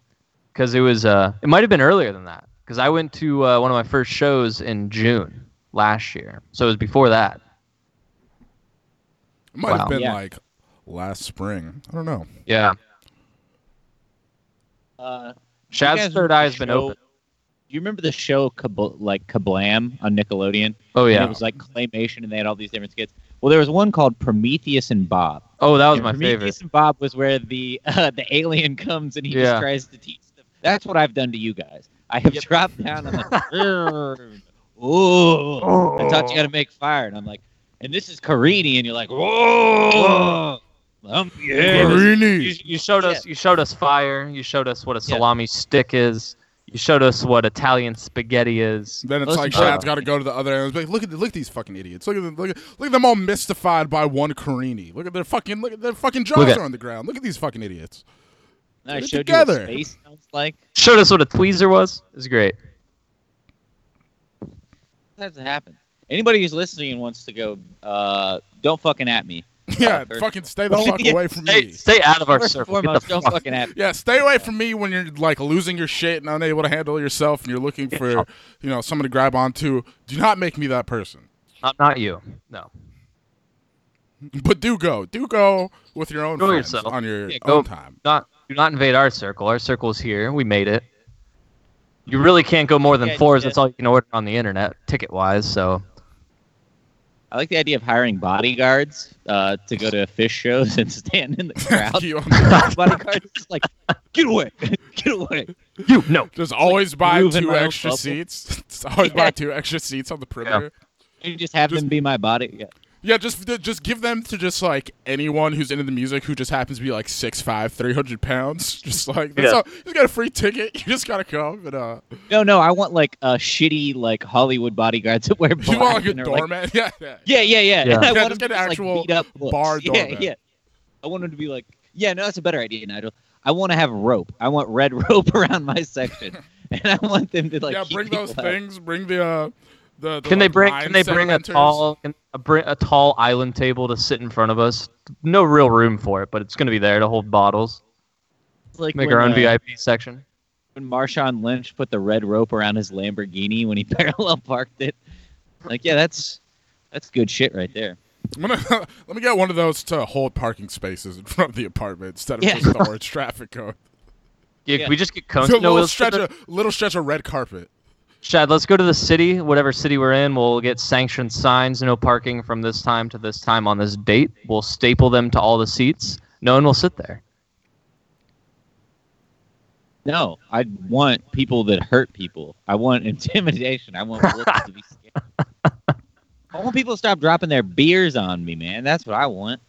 S6: because it was. Uh, it might have been earlier than that because I went to uh, one of my first shows in June last year, so it was before that.
S4: It might
S6: Wow.
S4: have been
S5: Yeah.
S4: like last spring. I don't know.
S6: Yeah,
S5: Uh,
S6: Shad's
S5: guys
S6: third
S5: remember
S6: eye
S5: the
S6: has been
S5: show-
S6: open.
S5: Do you remember the show Kabl- like Kablam on Nickelodeon?
S6: Oh
S5: And
S6: yeah.
S5: it was like claymation, and they had all these different skits. Well, there was one called Prometheus and Bob.
S6: oh, that was
S5: And
S6: my
S5: Prometheus
S6: favorite.
S5: and Bob was where the uh, the alien comes and he
S6: Yeah.
S5: just tries to teach them. That's what I've done to you guys. I have dropped down on the Ooh, I taught you how to make fire, and I'm like, and this is Carini, and you're like, whoa, lumpy head.
S4: Marini.
S6: You, you showed us. You showed us fire. You showed us what a
S5: Yeah.
S6: salami stick is. You showed us what Italian spaghetti is.
S4: Then it's
S5: Listen,
S4: like
S5: shut
S4: Shad's
S5: up.
S4: got to go to the other end. It's Like, look at the, look at these fucking idiots. Look at them, look at look at them all mystified by one Carini. Look at their fucking look at their fucking jaws
S6: Look at-
S4: are on the ground. Look at these fucking idiots.
S5: And I
S4: Get it
S5: showed you what
S4: together.
S5: space sounds like.
S6: Showed us what a tweezer was. It was great.
S5: Sometimes it happens. Anybody who's listening and wants to go, uh, don't fucking at me.
S4: Yeah,
S5: first-
S4: fucking stay the
S5: Yeah,
S4: fuck away from
S6: Stay,
S4: me.
S6: stay out of our
S5: First and
S6: circle. Get the
S5: foremost, don't
S6: fuck-
S5: fucking at me.
S4: Yeah, stay away from me when you're like losing your shit and unable to handle yourself, and you're looking for you know someone to grab onto. Do not make me that person.
S6: I'm not you. No.
S4: But do go, do go with your own
S6: Go
S4: friends
S6: yourself.
S4: on your
S6: Yeah,
S4: own
S6: go.
S4: time.
S6: Not do not invade our circle. Our circle's here. We made it. You really can't go more than
S5: Yeah, you
S6: fours.
S5: did.
S6: That's all you can order on the internet, ticket wise. So
S5: I like the idea of hiring bodyguards uh, to go to fish shows and stand in the crowd.
S4: You-
S5: bodyguards just like, get away, get away.
S6: you no.
S4: Just always buy
S5: move in
S4: two
S5: my own
S4: extra
S5: bubble.
S4: seats. Just always buy two extra seats on the perimeter.
S5: You just have them be my body. Yeah.
S4: Yeah, just just give them to just like anyone who's into the music who just happens to be like 6'5", 300 pounds. Just like that's
S6: Yeah.
S4: all, you just got a free ticket. You just gotta come and uh,
S5: No, no, I want like uh, shitty like Hollywood bodyguards that wear black.
S4: you want like a
S5: and are, like-
S4: doorman? yeah, yeah.
S5: yeah, yeah, yeah.
S6: Yeah.
S5: And I
S4: Yeah,
S5: want
S4: just get
S5: them to
S4: an
S5: just,
S4: actual
S5: like, beat up looks.
S4: bar
S5: Yeah,
S4: doorman.
S5: yeah. I want them to be like, yeah, no, that's a better idea, Nigel. I want to have rope. I want red rope around my section, and I want them to like.
S4: yeah,
S5: keep
S4: bring
S5: people
S4: those
S5: out.
S4: things. Bring the uh, the, the
S6: Can they
S4: like,
S6: bring?
S4: line
S6: Can they bring a
S4: segmenters.
S6: tall, can, a, br- a tall island table to sit in front of us? No real room for it, but it's gonna be there to hold bottles.
S5: It's Like
S6: Make
S5: when,
S6: our own
S5: uh,
S6: VIP section.
S5: when Marshawn Lynch put the red rope around his Lamborghini when he parallel parked it. Like, yeah, that's that's good shit right there.
S4: I'm gonna- let me get one of those to hold parking spaces in front of the apartment instead of
S5: Yeah.
S4: just the orange traffic cone.
S6: Yeah,
S5: Yeah.
S6: we just get cones.
S4: So a
S6: No,
S4: little
S6: let's go
S4: stretch,
S6: to-
S4: of, little stretch of red carpet.
S6: Shad, let's go to the city, whatever city we're in. We'll get sanctioned signs, no parking from this time to this time on this date. We'll staple them to all the seats. No one will sit there.
S5: No, I want people that hurt people. I want intimidation. I want looks to be scared. I want people to stop dropping their beers on me, man. That's what I want.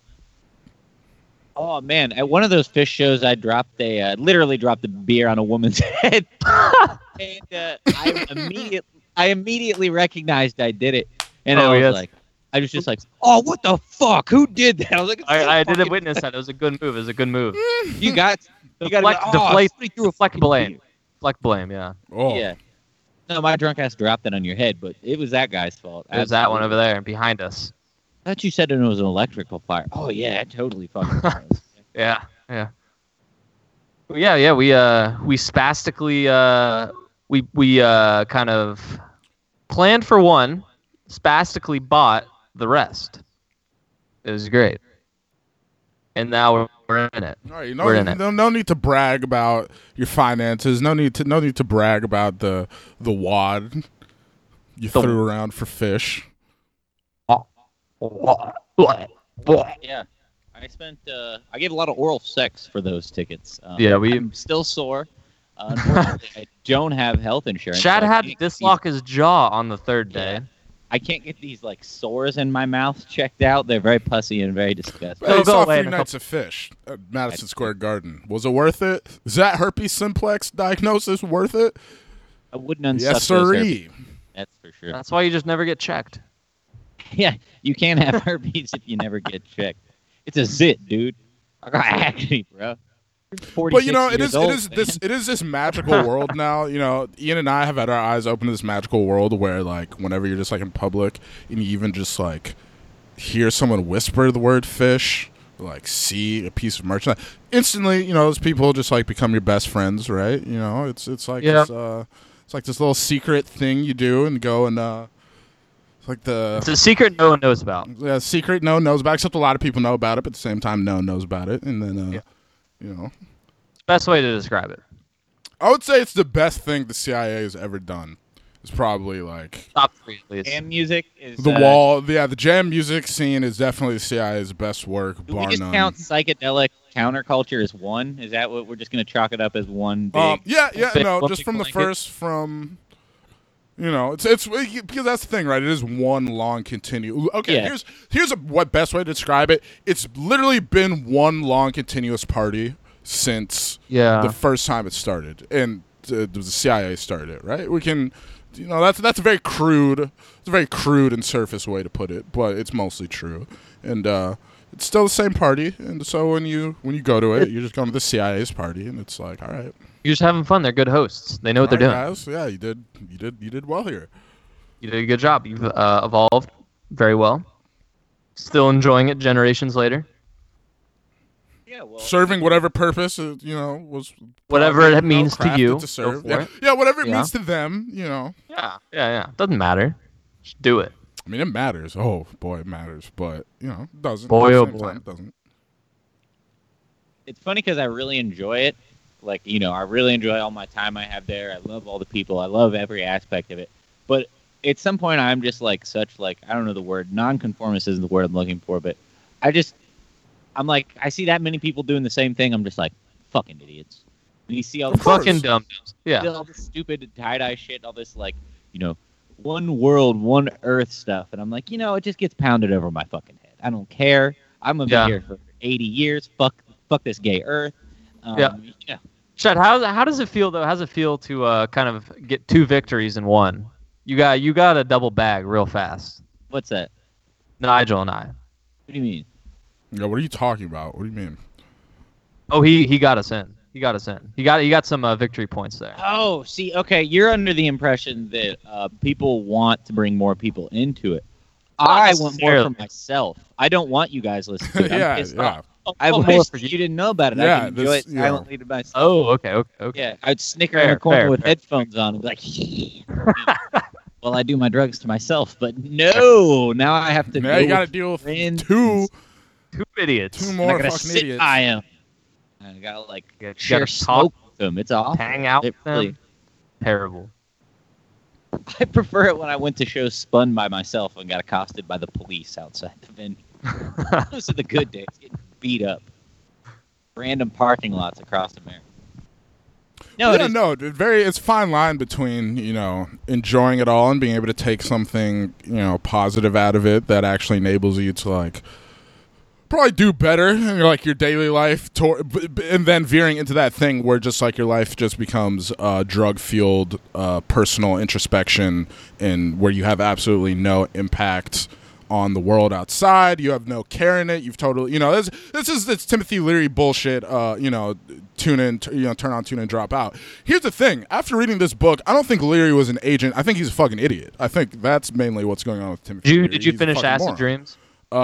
S5: Oh man, at one of those fish shows, I dropped a uh, literally dropped a beer on a woman's head, and uh, I immediately I immediately recognized I did it, and
S6: Oh,
S5: I was
S6: yes.
S5: like, I was just like, oh what the fuck, who did that? I was like, "It's so
S6: I, I didn't
S5: fucking-
S6: witness that. It was a good move. It was a good move.
S5: You got you got
S6: Deflect- deflect-
S5: "Oh, somebody threw a
S6: deflect
S5: fucking
S6: blame.
S5: beer."
S6: Fleck blame, yeah.
S4: Oh,
S5: Yeah. No, my drunk ass dropped it on your head, but it was that guy's fault.
S6: There's that one over there behind us.
S5: I thought you said it was an electrical fire. Oh yeah, it totally fucking was.
S6: Yeah, yeah. Yeah, yeah, we uh we spastically uh we we uh kind of planned for one, spastically bought the rest. It was great. And now we're, we're in it.
S4: All right, no,
S6: We're in it.
S4: no, no need to brag about your finances. No need to, no need to brag about the the wad you
S6: The-
S4: threw around for fish.
S5: yeah. I spent. Uh, I gave a lot of oral sex for those tickets. Um,
S6: Yeah, we-
S5: I'm still sore. Uh, unfortunately, I don't have health insurance.
S6: Chad
S5: so I
S6: had
S5: can't
S6: to
S5: get these-
S6: dislodge his jaw on the third day.
S5: Yeah. I can't get these like sores in my mouth checked out. They're very pussy and very disgusting.
S6: Go,
S4: Hey,
S6: go
S4: saw
S6: away
S4: three
S6: in a
S4: nights of fish at Madison Square Garden. Was it worth it? Is that herpes simplex diagnosis worth it?
S5: I wouldn't unsuck
S4: Yes,
S5: those herpes,
S4: sirree.
S5: That's for sure.
S6: That's why you just never get checked.
S5: Yeah, you can't have herpes if you never get checked. It's a zit, dude. I got acne, bro.
S4: But you know, it is
S5: 46
S4: it
S5: years
S4: is
S5: old,
S4: this it is this magical world now. You know, Ian and I have had our eyes open to this magical world where like whenever you're just like in public and you even just like hear someone whisper the word fish, like see a piece of merchandise, instantly, you know, those people just like become your best friends, right? You know, it's it's like
S6: Yeah.
S4: this, uh it's like this little secret thing you do and go and uh it's like the
S6: It's a secret no one knows about.
S4: yeah, secret no one knows about it, except a lot of people know about it, but at the same time no one knows about it and then uh
S6: Yeah.
S4: you know
S6: Best way to describe it.
S4: I would say it's the best thing the CIA has ever done. It's probably like
S6: Top three, please.
S5: Jam music is
S4: the
S5: uh,
S4: wall. Yeah, the jam music scene is definitely the CIA's best work,
S5: Do
S4: bar
S5: we just
S4: none.
S5: count psychedelic counterculture as one? Is that what we're just going to chalk it up as one big?
S4: Um, yeah, yeah,
S6: big
S4: no,
S6: fluffy
S4: just from the
S6: blanket.
S4: first, from you know, it's it's because that's the thing, right? It is one long continue. Okay,
S5: Yeah.
S4: here's here's a what best way to describe it. It's literally been one long continuous party since
S6: Yeah.
S4: the first time it started, and uh, the CIA started it, right? We can, you know, that's that's a very crude, it's a very crude and surface way to put it, but it's mostly true, and uh, it's still the same party. And so when you when you go to it, you're just going to the CIA's party, and it's like, all right,
S6: You're just having fun. They're good hosts. They know what they're
S4: all right,
S6: doing.
S4: guys, yeah, you did, you did, you did well here.
S6: You did a good job. You've uh, evolved very well. Still enjoying it generations later.
S5: yeah, well,
S4: Serving whatever purpose, uh, you know, was
S6: Whatever it
S4: no
S6: means to
S4: crafted
S6: you.
S4: to
S6: go
S4: serve.
S6: for
S4: Yeah.
S6: it.
S4: yeah, whatever it
S6: Yeah.
S4: means to them, you know.
S6: yeah, yeah, yeah. Doesn't matter. Just do it.
S4: I mean, it matters. Oh boy, it matters, but you know, it doesn't.
S6: Boy,
S4: At the
S6: oh,
S4: same
S6: boy.
S4: time, it doesn't.
S5: it's funny because I really enjoy it. Like you know, I really enjoy all my time I have there. I love all the people. I love every aspect of it. But at some point, I'm just like such like I don't know the word. Nonconformist isn't the word I'm looking for, but I just I'm like I see that many people doing the same thing. I'm just like fucking idiots. And you see all the
S4: Of course.
S6: Fucking dumb. Yeah.
S5: did all this stupid tie dye shit, all this like, you know, one world, one earth stuff, and I'm like, you know, it just gets pounded over my fucking head. I don't care. I'm gonna
S6: Yeah.
S5: be here for 80 years. Fuck, fuck this gay earth. Um,
S6: Yeah.
S5: yeah.
S6: Chad, how how does it feel though? How does it feel to uh, kind of get two victories in one? You got you got a double bag real fast.
S5: What's that?
S6: Nigel and I.
S5: What do you mean?
S4: Yeah, what are you talking about? What do you mean?
S6: Oh, he he got us in. He got us in. He got he got some uh, victory points there.
S5: Oh, see, okay, you're under the impression that uh, people want to bring more people into it. I want more for
S6: necessarily.
S5: myself. I don't want you guys listening. to it. I'm
S4: yeah,
S5: pissed
S4: yeah.
S5: off. I
S6: Oh,
S5: wish
S6: for
S5: you. didn't know about it. I
S4: Yeah,
S5: can enjoy
S4: this-
S5: it
S4: yeah.
S5: silently to myself.
S6: Oh, okay, okay, okay.
S5: Yeah, I'd snicker in
S6: Fair,
S5: a corner
S6: fair,
S5: with
S6: fair.
S5: headphones on and be like, "Well, I do my drugs to myself." But no, now I have to.
S4: Now
S5: deal
S4: you got to
S5: with
S4: deal with
S5: friends.
S4: two,
S6: Two idiots.
S4: two
S5: and I
S4: more
S5: gotta
S4: fucking
S5: sit
S4: idiots.
S5: by 'em. I gotta like
S6: You gotta
S5: share
S6: talk,
S5: smoke with them. It's awful.
S6: hang out
S5: It
S6: with
S5: really-
S6: them. Terrible.
S5: I prefer it when I went to shows spun by myself and got accosted by the police outside the venue. Those are the good days. Getting beat up. Random parking lots across America. No, it
S4: yeah,
S5: is
S4: no, it very. It's fine line between you know enjoying it all and being able to take something you know positive out of it that actually enables you to like probably do better in like your daily life, tor- b- b- and then veering into that thing where just like your life just becomes uh, drug fueled uh, personal introspection and where you have absolutely no impact on the world outside. You have no care in it. You've totally, you know, this this is this Timothy Leary bullshit. Uh, you know, tune in, t- you know, turn on, tune in, drop out. Here's the thing: after reading this book, I don't think Leary was an agent. I think he's a fucking idiot. I think that's mainly what's going on with Timothy.
S6: Did you,
S4: Leary.
S6: did you
S4: He's a
S6: finish
S4: fucking
S6: Acid
S4: moron.
S6: Dreams?
S4: Uh,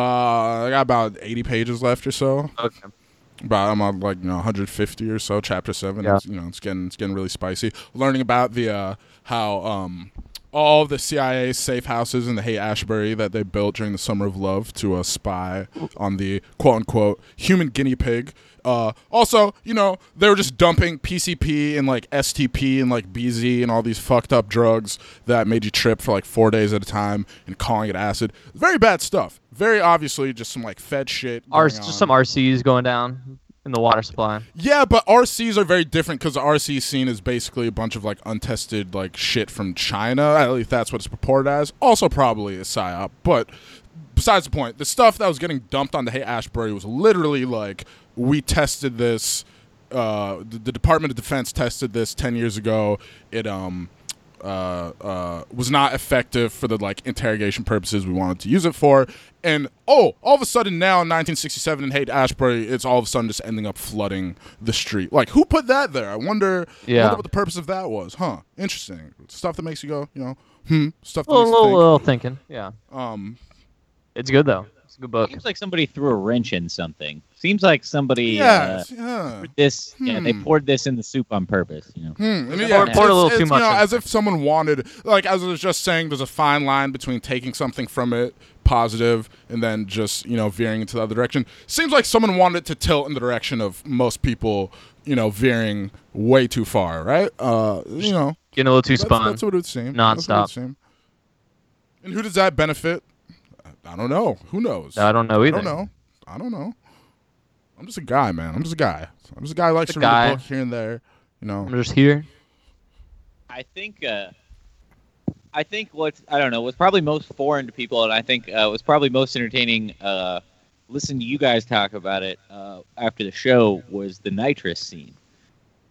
S4: I got about 80 pages left or so.
S6: Okay.
S4: But I'm on like you know 150 or so, chapter seven.
S6: Yeah.
S4: It's, you know, it's getting it's getting really spicy. Learning about the uh, how um all the CIA safe houses in the Hay Ashbury that they built during the Summer of Love to uh, spy on the quote unquote human guinea pig. Uh, also, you know, they were just dumping PCP and like STP and like BZ and all these fucked up drugs that made you trip for like four days at a time and calling it acid. Very bad stuff. Very obviously just some like fed shit.
S6: R-
S4: going
S6: just
S4: on.
S6: some RCs going down in the water supply.
S4: Yeah, but RCs are very different because the RC scene is basically a bunch of like untested like shit from China. At least that's what it's purported as. Also, probably a psyop. But besides the point, the stuff that was getting dumped on the Hey Ashbury was literally like we tested this. Uh, the, the Department of Defense tested this ten years ago. It um uh, uh, was not effective for the like interrogation purposes we wanted to use it for. And oh, all of a sudden now in 1967 in Haight Ashbury, it's all of a sudden just ending up flooding the street. Like who put that there? I wonder.
S6: Yeah.
S4: wonder what the purpose of that was, huh? Interesting stuff that makes you go, you know, hmm. Stuff that
S6: A little,
S4: makes you
S6: little,
S4: think.
S6: little thinking. Yeah.
S4: Um,
S6: It's good though. It's a good book.
S5: Seems like somebody threw a wrench in something. Seems like somebody uh,
S4: yes, yeah.
S5: poured this. Yeah, they
S4: Hmm.
S5: poured this in the soup on purpose. You know.
S4: Hmm. I mean,
S6: Pour-
S4: yeah,
S6: pour
S4: it's-
S6: a little
S4: it's-
S6: too much
S4: You know,
S6: in.
S4: as if someone wanted, like, as I was just saying, there's a fine line between taking something from it positive and then just you know veering into the other direction. Seems like someone wanted to tilt in the direction of most people, you know, veering way too far, right? Uh, you know,
S6: Getting a little too
S4: that's,
S6: spun.
S4: that's what it would seem. That's what it would
S6: Nonstop.
S4: seem. And who does that benefit? I- I don't know. Who knows?
S6: No, I don't know
S4: I
S6: either.
S4: don't know. I don't know. I'm just a guy, man. I'm just a guy. I'm just a guy who likes
S6: Just
S4: to
S6: a
S4: read
S6: guy.
S4: a book here and there. You know.
S6: I'm just here.
S5: I think uh, I think what's I don't know what's probably most foreign to people, and I think uh, was probably most entertaining. Uh, listen to you guys talk about it uh, after the show was the nitrous scene,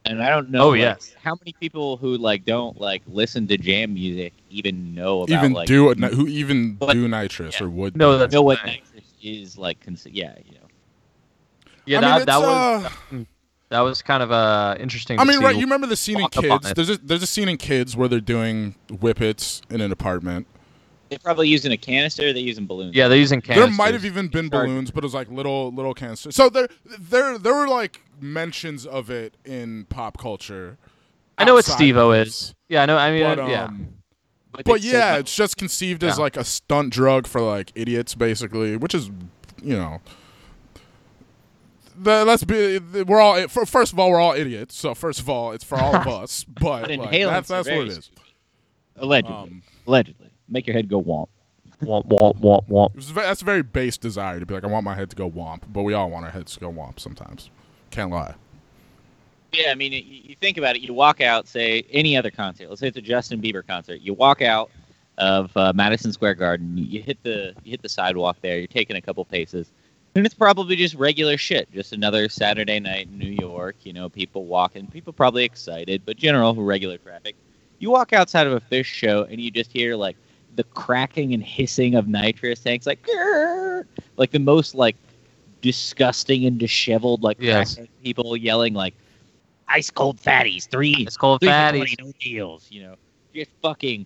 S5: and I don't know.
S6: Oh,
S5: like,
S6: yes.
S5: how many people who like don't like listen to jam music even know about
S4: even
S5: like
S4: do a, who even
S5: But-
S4: do nitrous or would
S6: No,
S4: do
S6: Oh, that's-
S5: know what
S6: Right.
S5: nitrous is like? Cons- yeah, you know.
S6: Yeah,
S4: I
S6: that,
S4: mean, it's,
S6: that was
S4: uh,
S6: that was kind of uh interesting.
S4: I
S6: to
S4: mean,
S6: see.
S4: right? You remember the scene in
S6: walk up on
S4: Kids?
S6: it.
S4: There's a, there's a scene in Kids where they're doing whippets in an apartment.
S5: They're probably using a canister. They're using balloons.
S6: yeah, they're using
S4: There
S6: canisters.
S4: might have even been
S5: Sorry.
S4: balloons, but it was like little little canisters. So there there there were like mentions of it in pop culture.
S6: I know what
S4: outside
S6: Steve O
S4: of this.
S6: is. Yeah, I know. I mean,
S4: But,
S6: uh, yeah.
S4: um,
S5: but,
S4: But
S5: they say,
S4: yeah,
S5: like,
S4: it's just conceived as
S6: Yeah.
S4: like a stunt drug for like idiots, basically, which is, you know, the, let's be. We're all f- first of all, we're all idiots. So first of all, it's for all of us. But
S5: But
S4: like,
S5: inhalants
S4: that's
S5: are
S4: that's what
S5: very
S4: it is.
S5: allegedly,
S4: Um,
S5: allegedly, make your head go womp.
S6: Womp womp womp womp.
S4: it was ve- that's a very base desire to be like, I want my head to go womp, but we all want our heads to go womp sometimes. Can't lie.
S5: Yeah, I mean, you, you think about it. You walk out, say any other concert. Let's say it's a Justin Bieber concert. You walk out of uh, Madison Square Garden. You, you hit the you hit the sidewalk there. You're taking a couple paces, and it's probably just regular shit. Just another Saturday night in New York. You know, people walking. People probably excited, but general regular traffic. You walk outside of a fish show, and you just hear like the cracking and hissing of nitrous tanks, like "Grrr!" like the most like disgusting and disheveled like
S6: Yes.
S5: crackhead people yelling like ice cold fatties, three,
S6: It's called
S5: three
S6: fatties.
S5: for 20, no deals. You know, just fucking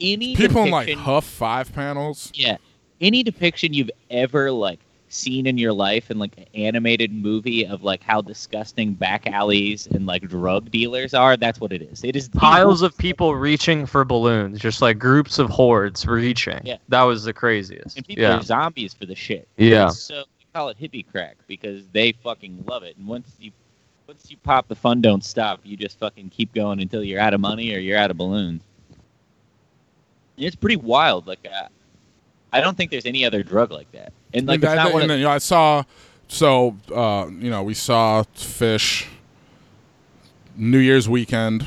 S5: any
S4: People in like
S5: depiction,
S4: Huff Five panels.
S5: yeah, any depiction you've ever like seen in your life in like an animated movie of like how disgusting back alleys and like drug dealers are. That's what it is. It is the
S6: Piles
S5: worst-
S6: of people reaching for balloons, just like groups of hordes reaching.
S5: Yeah.
S6: That was the craziest.
S5: and people
S6: Yeah.
S5: are zombies for the shit.
S6: Yeah.
S5: So we call it hippie crack because they fucking love it. And once you once you pop, the fun don't stop. You just fucking keep going until you're out of money or you're out of balloons. And It's pretty wild. Like uh, I don't think there's any other drug like that. And like
S4: and
S5: it's
S4: I,
S5: not one
S4: and
S5: of,
S4: then, you know, I saw so uh, you know we saw fish New Year's weekend,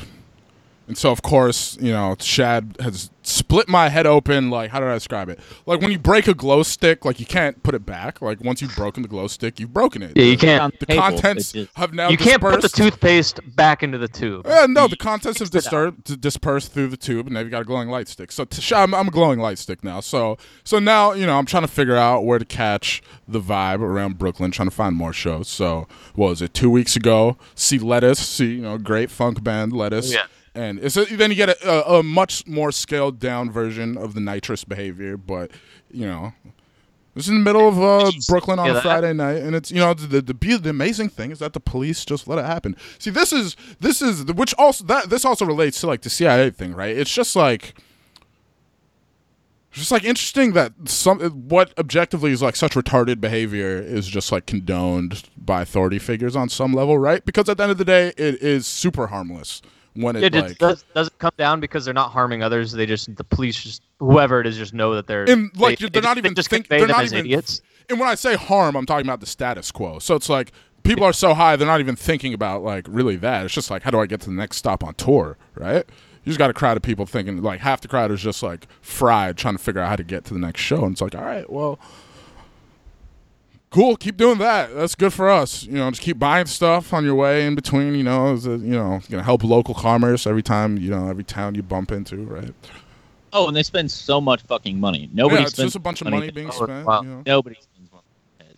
S4: And so, of course, you know, Shad has split my head open. Like, how did I describe it? Like when you break a glow stick, like you can't put it back. Like once you've broken the glow stick, you've broken it.
S6: Yeah, you can't.
S4: the
S5: Table,
S4: contents
S5: it just-
S4: have now
S6: You can't put the
S4: dispersed.
S6: toothpaste back into the tube.
S4: Yeah, no, the contents have disturbed, d- dispersed through the tube, and they've got a glowing light stick. So t- sh- I'm, I'm a glowing light stick now. So so now you know I'm trying to figure out where to catch the vibe around Brooklyn, trying to find more shows. So what was it two weeks ago? See Lettuce, see you know great funk band Lettuce.
S6: Yeah.
S4: And it's a, then you get a, a, a much more scaled down version of the nitrous behavior, but you know it's in the middle of uh, Brooklyn on
S6: Yeah,
S4: a
S6: that-
S4: Friday night, and it's you know the the, be- the amazing thing is that the police just let it happen. See, this is this is the, which also that this also relates to like the CIA thing, right? It's just like it's just like interesting that some what objectively is like such retarded behavior is just like condoned by authority figures on some level, right? Because at the end of the day, it is super harmless when it
S6: It just
S4: like
S6: does, doesn't come down because they're not harming others. They just the police just whoever it is just know that they're
S4: And, like,
S6: they,
S4: they're
S6: they
S4: not
S6: just-
S4: even
S6: they just
S4: think-
S6: convey
S4: they're
S6: them
S4: not
S6: as
S4: even-
S6: idiots.
S4: and when I say harm, I'm talking about the status quo. So it's like people are so high, they're not even thinking about like really that. It's just like, how do I get to the next stop on tour, right? You just got a crowd of people thinking like half the crowd is just like fried, trying to figure out how to get to the next show. And it's like, all right, well, cool, keep doing that. That's good for us. You know, just keep buying stuff on your way in between. You know, is it- you know, it's gonna help local commerce every time. You know, every town you bump into, right?
S5: Oh, and they spend so much fucking money. Nobody
S4: yeah, it's
S5: spends
S4: just a bunch of
S5: money
S4: money
S5: to-
S4: being
S6: Oh,
S4: spent.
S6: wow.
S4: You know?
S5: Nobody spends money.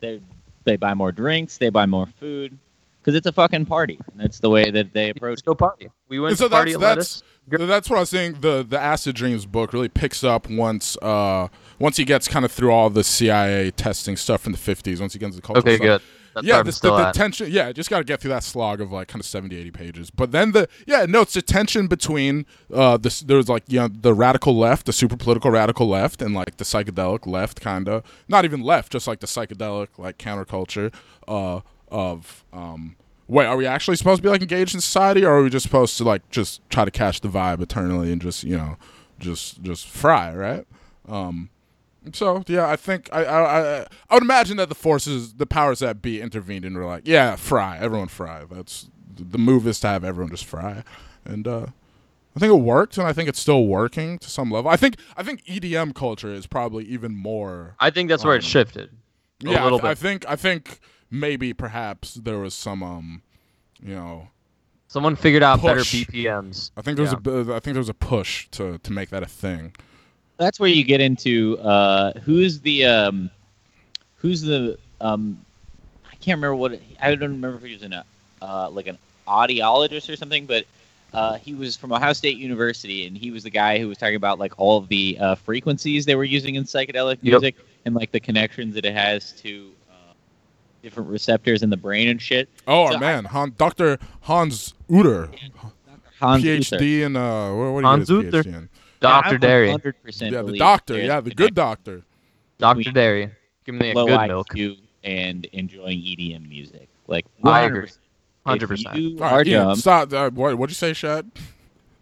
S5: They they buy more drinks. They buy more food because it's a fucking party. And that's the way that they approach.
S6: Let's go party. We went
S4: And so
S6: to party
S4: that's
S6: at
S4: that's
S6: Lettuce.
S4: th- that's what I was saying. The the Acid Dreams book really picks up once uh once he gets kind of through all the CIA testing stuff from the fifties. Once he gets the culture.
S6: Okay,
S4: stuff.
S6: good. That's
S4: yeah,
S6: where I'm
S4: this, the,
S6: still
S4: the
S6: at.
S4: tension. Yeah, just got to get through that slog of like kind of 70, 80 pages. But then the yeah, no, it's the tension between uh this there's like you know the radical left, the super political radical left, and like the psychedelic left, kind of not even left, just like the psychedelic like counterculture uh of um wait, are we actually supposed to be like engaged in society, or are we just supposed to like just try to catch the vibe eternally and just you know just just fry right? So yeah, I think I I I, I would imagine that the forces, the powers that be, intervened and were like, yeah, fry everyone, fry. That's the move is to have everyone just fry, and uh, I think it worked, and I think it's still working to some level. I think I think EDM culture is probably even more.
S6: I think that's where it shifted. A
S4: yeah, I
S6: little
S4: th- I
S6: bit.
S4: think I think maybe perhaps there was some um, you know,
S6: Someone figured out better
S4: Push.
S6: BPMs.
S4: I think there was
S6: Yeah.
S4: a bu- I think there was a push to to make that a thing.
S5: That's where you get into uh, who's the um, who's the um, I can't remember what it, I don't remember if he was an uh, uh, like an audiologist or something, but uh, he was from Ohio State University, and he was the guy who was talking about like all of the uh, frequencies they were using in psychedelic music and like the connections that it has to uh, different receptors in the brain and shit.
S4: Oh our
S5: So I-
S4: man, Han, Doctor Hans Uter,
S5: Hans
S4: PhD
S5: Uther.
S4: in uh, what, what do you
S6: Hans
S4: get his
S6: Uther.
S4: PhD in?
S6: Doctor
S5: Yeah, I
S6: Dairy.
S5: 100%
S4: Yeah, the
S5: believe
S4: doctor.
S5: there's
S4: Yeah,
S5: a
S4: the
S5: connection
S4: good doctor.
S6: Doctor
S5: between
S6: Dairy. Give me a
S5: low
S6: good
S5: IQ
S6: milk.
S5: and enjoying EDM music. Like
S6: I agree.
S5: 100%.
S6: Hundred percent.
S5: If you
S4: All
S5: are
S4: right, Ian,
S5: dumb,
S4: stop. Uh, what, what'd you say, Shad?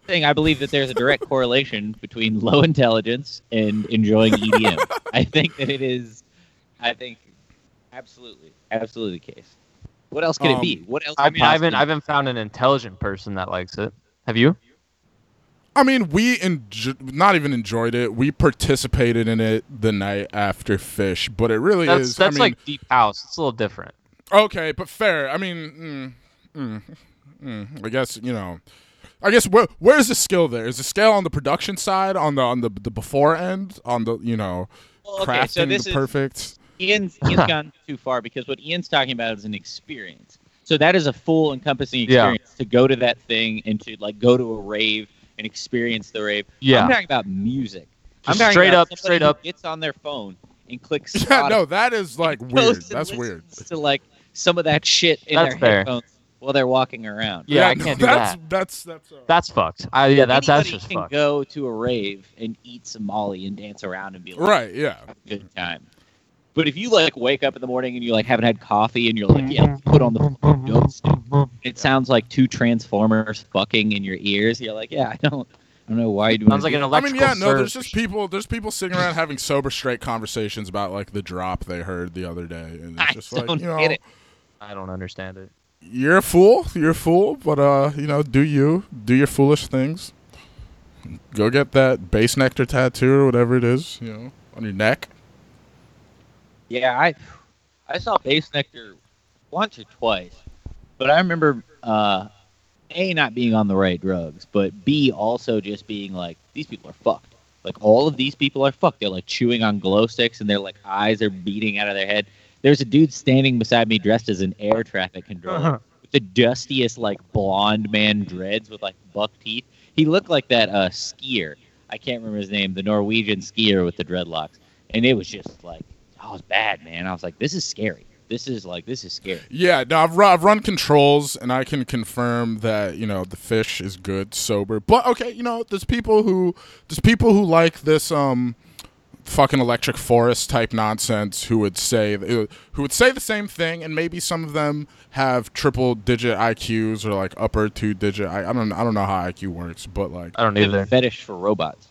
S5: saying I believe that there's a direct correlation between low intelligence and enjoying EDM. I think that it is. I think absolutely, absolutely the case. What else could
S4: Um,
S5: it be? What else?
S6: I
S5: could
S6: mean, I haven't,
S5: possibly-
S6: I haven't found an intelligent person that likes it. Have you?
S4: I mean, we enjo- not even enjoyed it. We participated in it the night after Fish, but it really
S6: That's
S4: is.
S6: that's
S4: I mean,
S6: like deep house. It's a little different.
S4: okay, but fair. I mean, mm, mm, mm, I guess you know. I guess where where's the skill there? Is the skill on the production side, on the on the the before end, on the you know
S5: Well, okay,
S4: crafting
S5: so this
S4: the
S5: is
S4: perfect.
S5: Ian's, Ian's gone too far because what Ian's talking about is an experience. So that is a full encompassing
S6: Yeah.
S5: experience to go to that thing and to like go to a rave and experience the rave.
S6: Yeah.
S5: I'm talking about music. I'm
S6: Just
S5: talking
S6: straight
S5: about
S6: up-
S5: somebody
S6: straight
S5: who
S6: up-
S5: Gets on their phone and clicks.
S4: Yeah,
S5: Spotify.
S4: no, that is like
S5: goes
S4: weird.
S5: and
S4: That's weird.
S5: listens To like some of that shit in
S6: That's
S5: their
S6: fair.
S5: headphones while they're walking around.
S6: Yeah, I
S4: no,
S6: can't do
S4: that's,
S6: that.
S4: That's that's. Uh,
S6: That's fucked. I, yeah, that's that's
S5: Anybody
S6: just
S5: can
S6: fucked.
S5: go to a rave and eat some Molly and dance around and be like,
S4: right. Yeah.
S5: have a good time. But if you like wake up in the morning and you like haven't had coffee and you're like, yeah, let's put on the fucking dope stick. It sounds like two transformers fucking in your ears. You're like, yeah, I don't, I don't know why you do.
S6: Sounds like an
S4: I mean,
S6: electrical
S4: yeah, no. There's
S6: surge.
S4: just people. There's people sitting around having sober, straight conversations about like the drop they heard the other day, and it's
S5: I
S4: just
S5: don't
S4: like you know,
S5: get it.
S6: I don't understand it.
S4: you're a fool. You're a fool. But uh, you know, do you do your foolish things? Go get that base nectar tattoo or whatever it is, you know, on your neck.
S5: Yeah, I I saw Base Nectar once or twice, but I remember uh, a not being on the right drugs, but b also just being like these people are fucked. Like all of these people are fucked. They're like chewing on glow sticks, and their like eyes are beating out of their head. There's a dude standing beside me dressed as an air traffic controller with the dustiest like blonde man dreads with like buck teeth. He looked like that uh, skier. I can't remember his name, the Norwegian skier with the dreadlocks, and it was just like I was bad, man. I was like, this is scary. This is like this is scary.
S4: Yeah, no, I've, ru- I've run controls, and I can confirm that you know the fish is good sober. But okay, you know, there's people who there's people who like this um fucking electric forest type nonsense who would say uh, who would say the same thing, and maybe some of them have triple digit IQs or like upper two digit. I, I don't I don't know how IQ works, but like
S6: I don't
S5: They have
S6: either.
S5: a fetish for robots.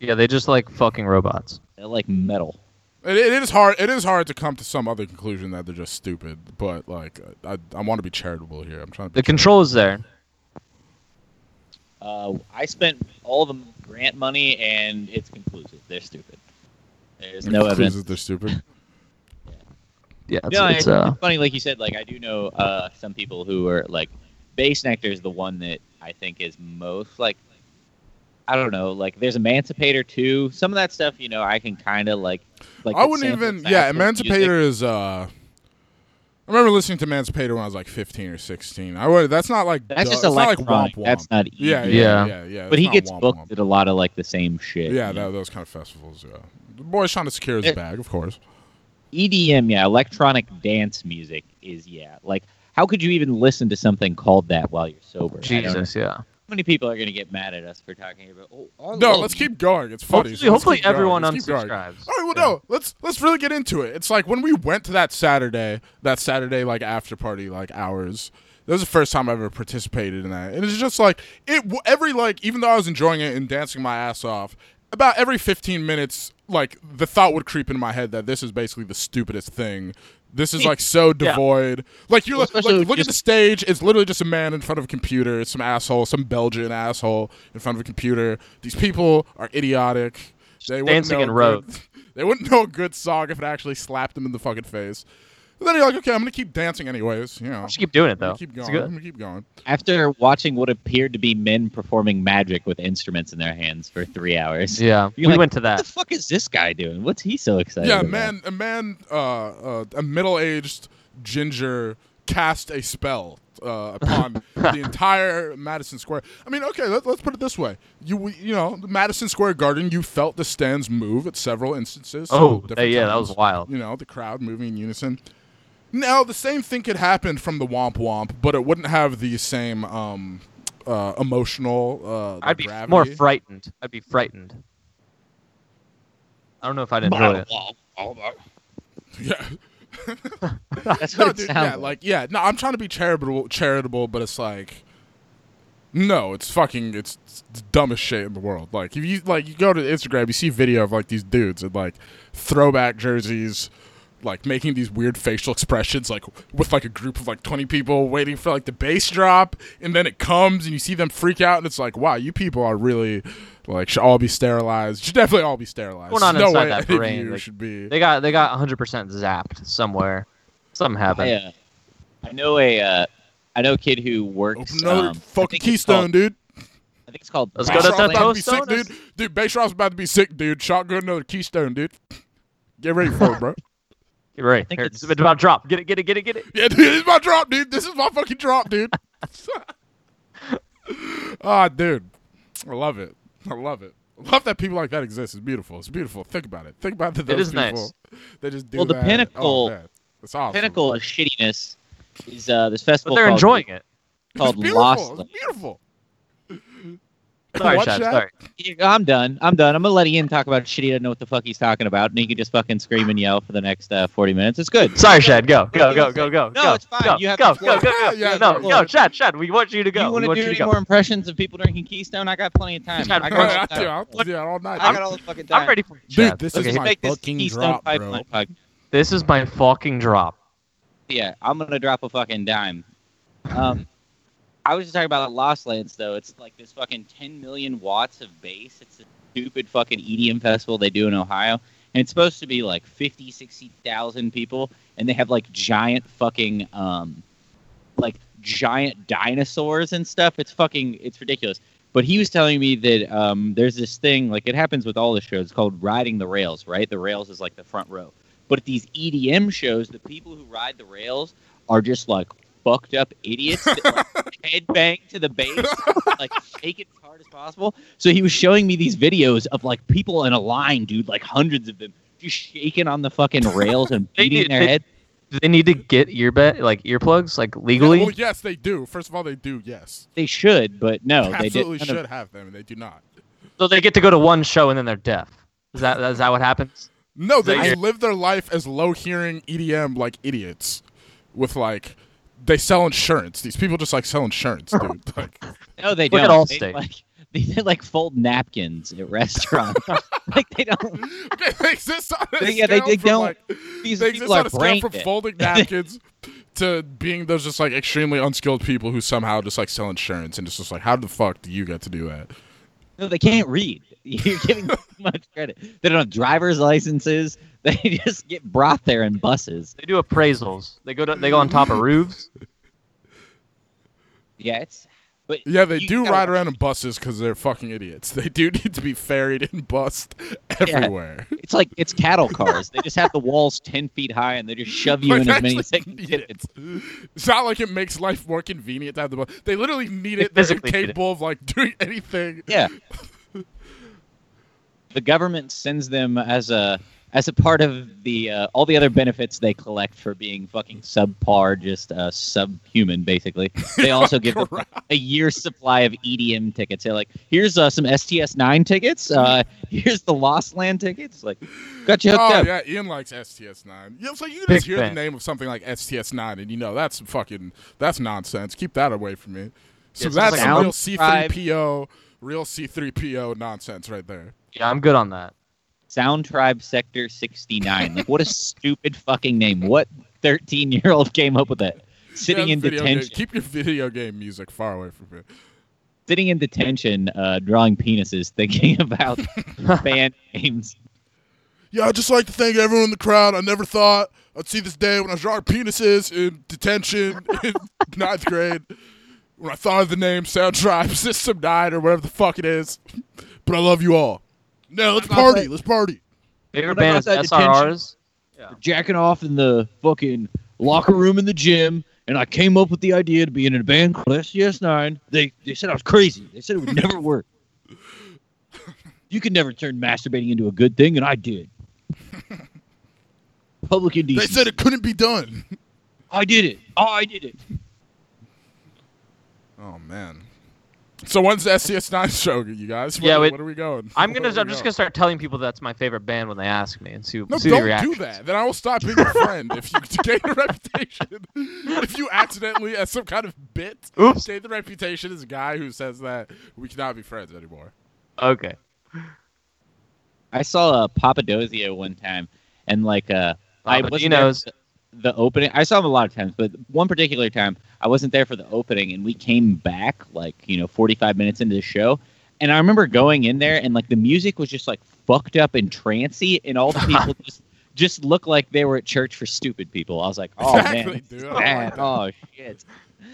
S6: Yeah, they just like fucking robots.
S5: They like metal.
S4: It, it is hard. It is hard to come to some other conclusion that they're just stupid. But like, I, I want to be charitable here. I'm trying to.
S6: The
S4: Be
S6: control is there.
S5: Uh, I spent all the grant money, and it's conclusive. They're stupid. There's no evidence.
S4: Concludes that They're stupid.
S6: Yeah, it's,
S5: No,
S6: it's
S5: it's,
S6: uh,
S5: funny, like you said. Like I do know uh, some people who are like base nectar is the one that I think is most like I don't know. Like there's Emancipator too. Some of that stuff, you know, I can kind of like like
S4: I
S5: the
S4: wouldn't
S5: sample
S4: even.
S5: size
S4: Yeah,
S5: of music.
S4: Emancipator is. uh I remember listening to Emancipator when I was like 15 or 16. I would. That's not like.
S5: That's
S4: duh,
S5: just
S4: it's not like womp
S5: electronic.
S4: womp.
S5: That's not easy.
S4: yeah, yeah, yeah,
S6: Yeah.
S4: yeah, yeah.
S5: but he
S4: It's not
S5: gets
S4: womp
S5: booked
S4: womp.
S5: at a lot of like the same shit.
S4: Yeah, that,
S5: you know?
S4: those kind of festivals. Yeah, the boy's trying to secure his
S5: It-
S4: bag, of course.
S5: EDM, E yeah, electronic dance music is yeah. Like, how could you even listen to something called that while you're sober? I don't know.
S6: Jesus, yeah.
S5: how many people are gonna get mad at us for talking about? Oh, I
S4: No,
S5: love
S4: let's
S5: you.
S4: keep going. It's funny.
S6: Hopefully,
S4: so let's
S6: hopefully
S4: keep going.
S6: everyone
S4: Let's keep going.
S6: unsubscribes.
S4: All right, well,
S6: Yeah.
S4: no, let's let's really get into it. It's like when we went to that Saturday, that Saturday like after party like hours. That was the first time I ever participated in that, and it's just like it. w- Every like, even though I was enjoying it and dancing my ass off, about every fifteen minutes, like the thought would creep into my head that this is basically the stupidest thing. This is like so devoid. Like you're
S5: Well,
S4: like,
S5: especially
S4: look at
S5: just-
S4: the stage. It's literally just a man in front of a computer. Some asshole, some Belgian asshole in front of a computer. These people are idiotic. They wouldn't
S6: dancing
S4: know
S6: in
S4: a
S6: rows.
S4: good- They wouldn't know a good song if it actually slapped them in the fucking face. And then you're like, okay, I'm gonna keep dancing anyways. You know,
S6: Just keep doing it
S4: I'm
S6: though.
S4: gonna keep going.
S6: It's
S4: I'm
S6: good.
S4: gonna keep going.
S5: After watching what appeared to be men performing magic with instruments in their hands for three hours,
S6: Yeah,
S5: You're
S6: we
S5: like,
S6: went to
S5: what the
S6: that.
S5: fuck is this guy doing? What's he so excited?
S4: Yeah, a
S5: about?
S4: man, a man, uh, uh, a middle-aged ginger cast a spell uh, upon the entire Madison Square. I mean, okay, let, let's put it this way: you, you know, the Madison Square Garden. You felt the stands move at several instances. several
S6: Oh, that- yeah, that
S4: different
S6: was wild.
S4: you know, the crowd moving in unison. Now, the same thing could happen from the Womp Womp, but it wouldn't have the same um, uh, emotional uh, like
S6: I'd be
S4: gravity.
S6: more frightened. I'd be frightened. I don't know if I'd enjoy it.
S4: yeah.
S5: That's what
S4: No,
S5: it
S4: dude,
S5: sounds
S4: yeah, like, yeah. No, I'm trying to be charitable, charitable, but it's like, no, it's fucking, it's, it's the dumbest shit in the world. Like, if you like, you go to Instagram, you see video of like these dudes in like throwback jerseys, like making these weird facial expressions, like with like a group of like 20 people waiting for like the bass drop, and then it comes, and you see them freak out, and it's like, wow, you people are really. Like should all be sterilized. Should definitely all be sterilized.
S6: Going on
S4: no
S6: inside
S4: way
S6: that
S4: any of
S6: brain,
S4: you
S6: like,
S4: should be.
S6: They got they got 100% zapped somewhere. Something happened.
S5: I, uh, I know a, uh, I know a kid who works.
S4: Open another
S5: um, I
S4: fucking
S5: think it's
S4: Keystone,
S5: called-
S4: dude.
S5: I think it's called.
S6: Let's go
S4: Bass
S6: to
S5: Bottle
S4: Rob's
S6: that
S5: Land.
S4: about to be sick,
S6: Keystone.
S4: dude. Dude, Bass Rob's about to be sick, dude. Shotgun another Keystone, dude. Get ready for it, bro.
S6: You're right.
S5: think
S6: Here,
S5: it's-
S6: it's about to drop. Get it, get it, get it, get it.
S4: Yeah, dude, this is my drop, dude. This is my fucking drop, dude. Ah, dude. I love it. I love it. I love that people like that exist. It's beautiful. It's beautiful. Think about it. Think about the those
S6: is nice.
S4: people. They just do
S5: Well, the
S4: that. Oh,
S5: pinnacle-
S4: man. It's awesome.
S5: pinnacle of shittiness is uh, this festival.
S6: But they're
S5: called,
S6: enjoying it.
S5: Called
S4: it's beautiful.
S5: Lost. Land.
S4: It's beautiful.
S6: Sorry,
S4: Watch
S6: Chad.
S4: that.
S6: Sorry.
S5: I'm done. I'm done. I'm gonna let Ian talk about shit. He doesn't know what the fuck he's talking about, and he can just fucking scream and yell for the next uh, 40 minutes. It's good.
S6: Sorry, Shad. Go, go, go, go, go.
S5: No,
S6: go,
S5: it's fine.
S6: Go,
S5: You have
S6: go,
S5: the
S6: go, go,
S5: floor.
S6: go.
S4: Yeah, yeah,
S6: no,
S4: the
S6: no,
S4: floor.
S6: Shad, Shad. We want you to go.
S5: you
S6: we
S5: want to
S6: want
S5: do
S6: you to
S5: any
S6: go.
S5: more impressions of people drinking Keystone? I got plenty of time.
S6: Chad,
S4: All
S5: I got,
S4: right,
S5: all
S4: I,
S5: the time.
S4: I, I, yeah, all night.
S5: I got all the fucking time.
S6: I'm ready for
S4: dude,
S6: Chad.
S4: this
S6: okay.
S4: is my
S5: Make this
S4: fucking
S5: Keystone
S4: drop, bro.
S5: Pipeline podcast.
S6: This is my fucking drop.
S5: Yeah, I'm gonna drop a fucking dime. Um, I was just talking about Lost Lands, though. It's like this fucking 10 million watts of bass. It's a stupid fucking EDM festival they do in Ohio. And it's supposed to be like 50, 60,000 people. And they have like giant fucking, um, like giant dinosaurs and stuff. It's fucking, it's ridiculous. But he was telling me that um, there's this thing, like it happens with all the shows, it's called riding the rails, right? The rails is like the front row. But at these EDM shows, the people who ride the rails are just like fucked up idiots that like, headbang to the bass, like shake it as hard as possible. So he was showing me these videos of like people in a line, dude, like hundreds of them, just shaking on the fucking rails and
S6: They
S5: beating
S6: do-
S5: their
S6: they-
S5: head.
S6: Do they need to get earbud like earplugs like legally?
S4: Well, yes, they do. First of all, they do. Yes,
S5: They should, but no, Oh, they didn't.
S4: absolutely should have them, and they do not.
S6: So they get to go to one show and then they're deaf. Is that is that what happens?
S4: No, they
S6: that
S4: just
S6: your-
S4: live their life as low hearing EDM like idiots, with like they sell insurance. These people just like sell insurance, dude. Like,
S5: No, they
S6: Look at
S5: don't. They,
S6: Allstate.
S5: like, they, like fold napkins at restaurants. like they don't.
S4: okay, they exist on a
S5: They- yeah, they-
S4: scale
S5: they
S4: from,
S5: don't-
S4: like-
S5: These
S4: they exist
S5: people are
S4: on a scale
S5: brain
S4: from
S5: dead.
S4: folding napkins to being those just like extremely unskilled people who somehow just like sell insurance, and it's just like, how the fuck do you get to do that?
S5: No, they can't read. You're giving them too much credit. They don't have driver's licenses. They just get brought there in buses.
S6: They do appraisals. They go to, they go on top of roofs.
S5: Yeah, it's. But
S4: Yeah, they
S5: you
S4: do
S5: gotta-
S4: ride around in buses because they're fucking idiots. They do need to be ferried and bussed everywhere.
S5: It's like it's cattle cars. they just have the walls ten feet high, and they just shove you
S4: Like,
S5: in as many as
S4: actually
S5: they can
S4: need
S5: get.
S4: it. It's not like it makes life more convenient to have the bus. They literally need
S6: They
S4: it. They're
S6: physically need it.
S4: incapable of like doing anything.
S5: Yeah. the government sends them as a as a part of the uh, all the other benefits they collect for being fucking subpar, just uh, subhuman, basically. They also give them a year's supply of EDM tickets. They're like, here's uh, some STS nine tickets. Uh, here's the Lost Land tickets. Like, got you hooked
S4: Oh
S5: up.
S4: yeah, Ian likes STS9. Yeah, it's like you can
S6: Big
S4: just hear the
S6: fan.
S4: name of something like STS9, and you know that's fucking that's nonsense. Keep that away from me. So
S6: it sounds
S4: that's
S6: like
S4: some
S5: Sound
S4: real C3PO, real C3PO nonsense right there.
S6: Yeah, I'm good on that.
S5: Sound Tribe Sector sixty nine. like, what a stupid fucking name. What thirteen year old came up with that? Sitting
S4: Yeah,
S5: in
S4: video
S5: detention.
S4: Game, keep your video game music far away from me.
S5: sitting in detention, uh, drawing penises, thinking about band names.
S4: Yeah, I'd just like to thank everyone in the crowd. I never thought I'd see this day when I was drawing penises in detention in ninth grade. When I thought of the name Sound Tribe System 9 or whatever the fuck it is. But I love you all. Now let's party. Let's party.
S6: Favorite
S5: What about
S6: band is
S5: that
S6: SRRs.
S5: Jacking off in the fucking locker room in the gym, and I came up with the idea to be in a band called SES9. They they said I was crazy. They said it would never work. You could never turn masturbating into a good thing, and I did. Public
S4: They
S5: indecency.
S4: said it couldn't be done.
S5: I did it. I did it.
S4: Oh, man. So when's the SCS9 show, you guys? Where,
S6: Yeah, wait.
S4: where are we going?
S6: I'm
S4: Where
S6: gonna.
S4: are
S6: I'm
S4: we
S6: just
S4: going?
S6: gonna start telling people that's my favorite band when they ask me and see,
S4: No,
S6: see the
S4: don't
S6: reaction.
S4: do that. Then I will stop being your friend if you gain a reputation. if you accidentally, as some kind of bit,
S6: Oops.
S4: gain the reputation as a guy who says that we cannot be friends anymore.
S6: Okay.
S5: I saw a Papadozio one time, and like uh, I wasn't there
S6: Papadino's.
S5: for the, the opening. I saw him a lot of times, but one particular time I wasn't there for the opening, and we came back like you know 45 minutes into the show, and I remember going in there and like the music was just like fucked up and trancy, and all the people just just looked like they were at church for stupid people. I was like, oh
S4: exactly,
S5: man,
S4: dude. I don't
S5: bad.
S4: like that.
S5: oh shit.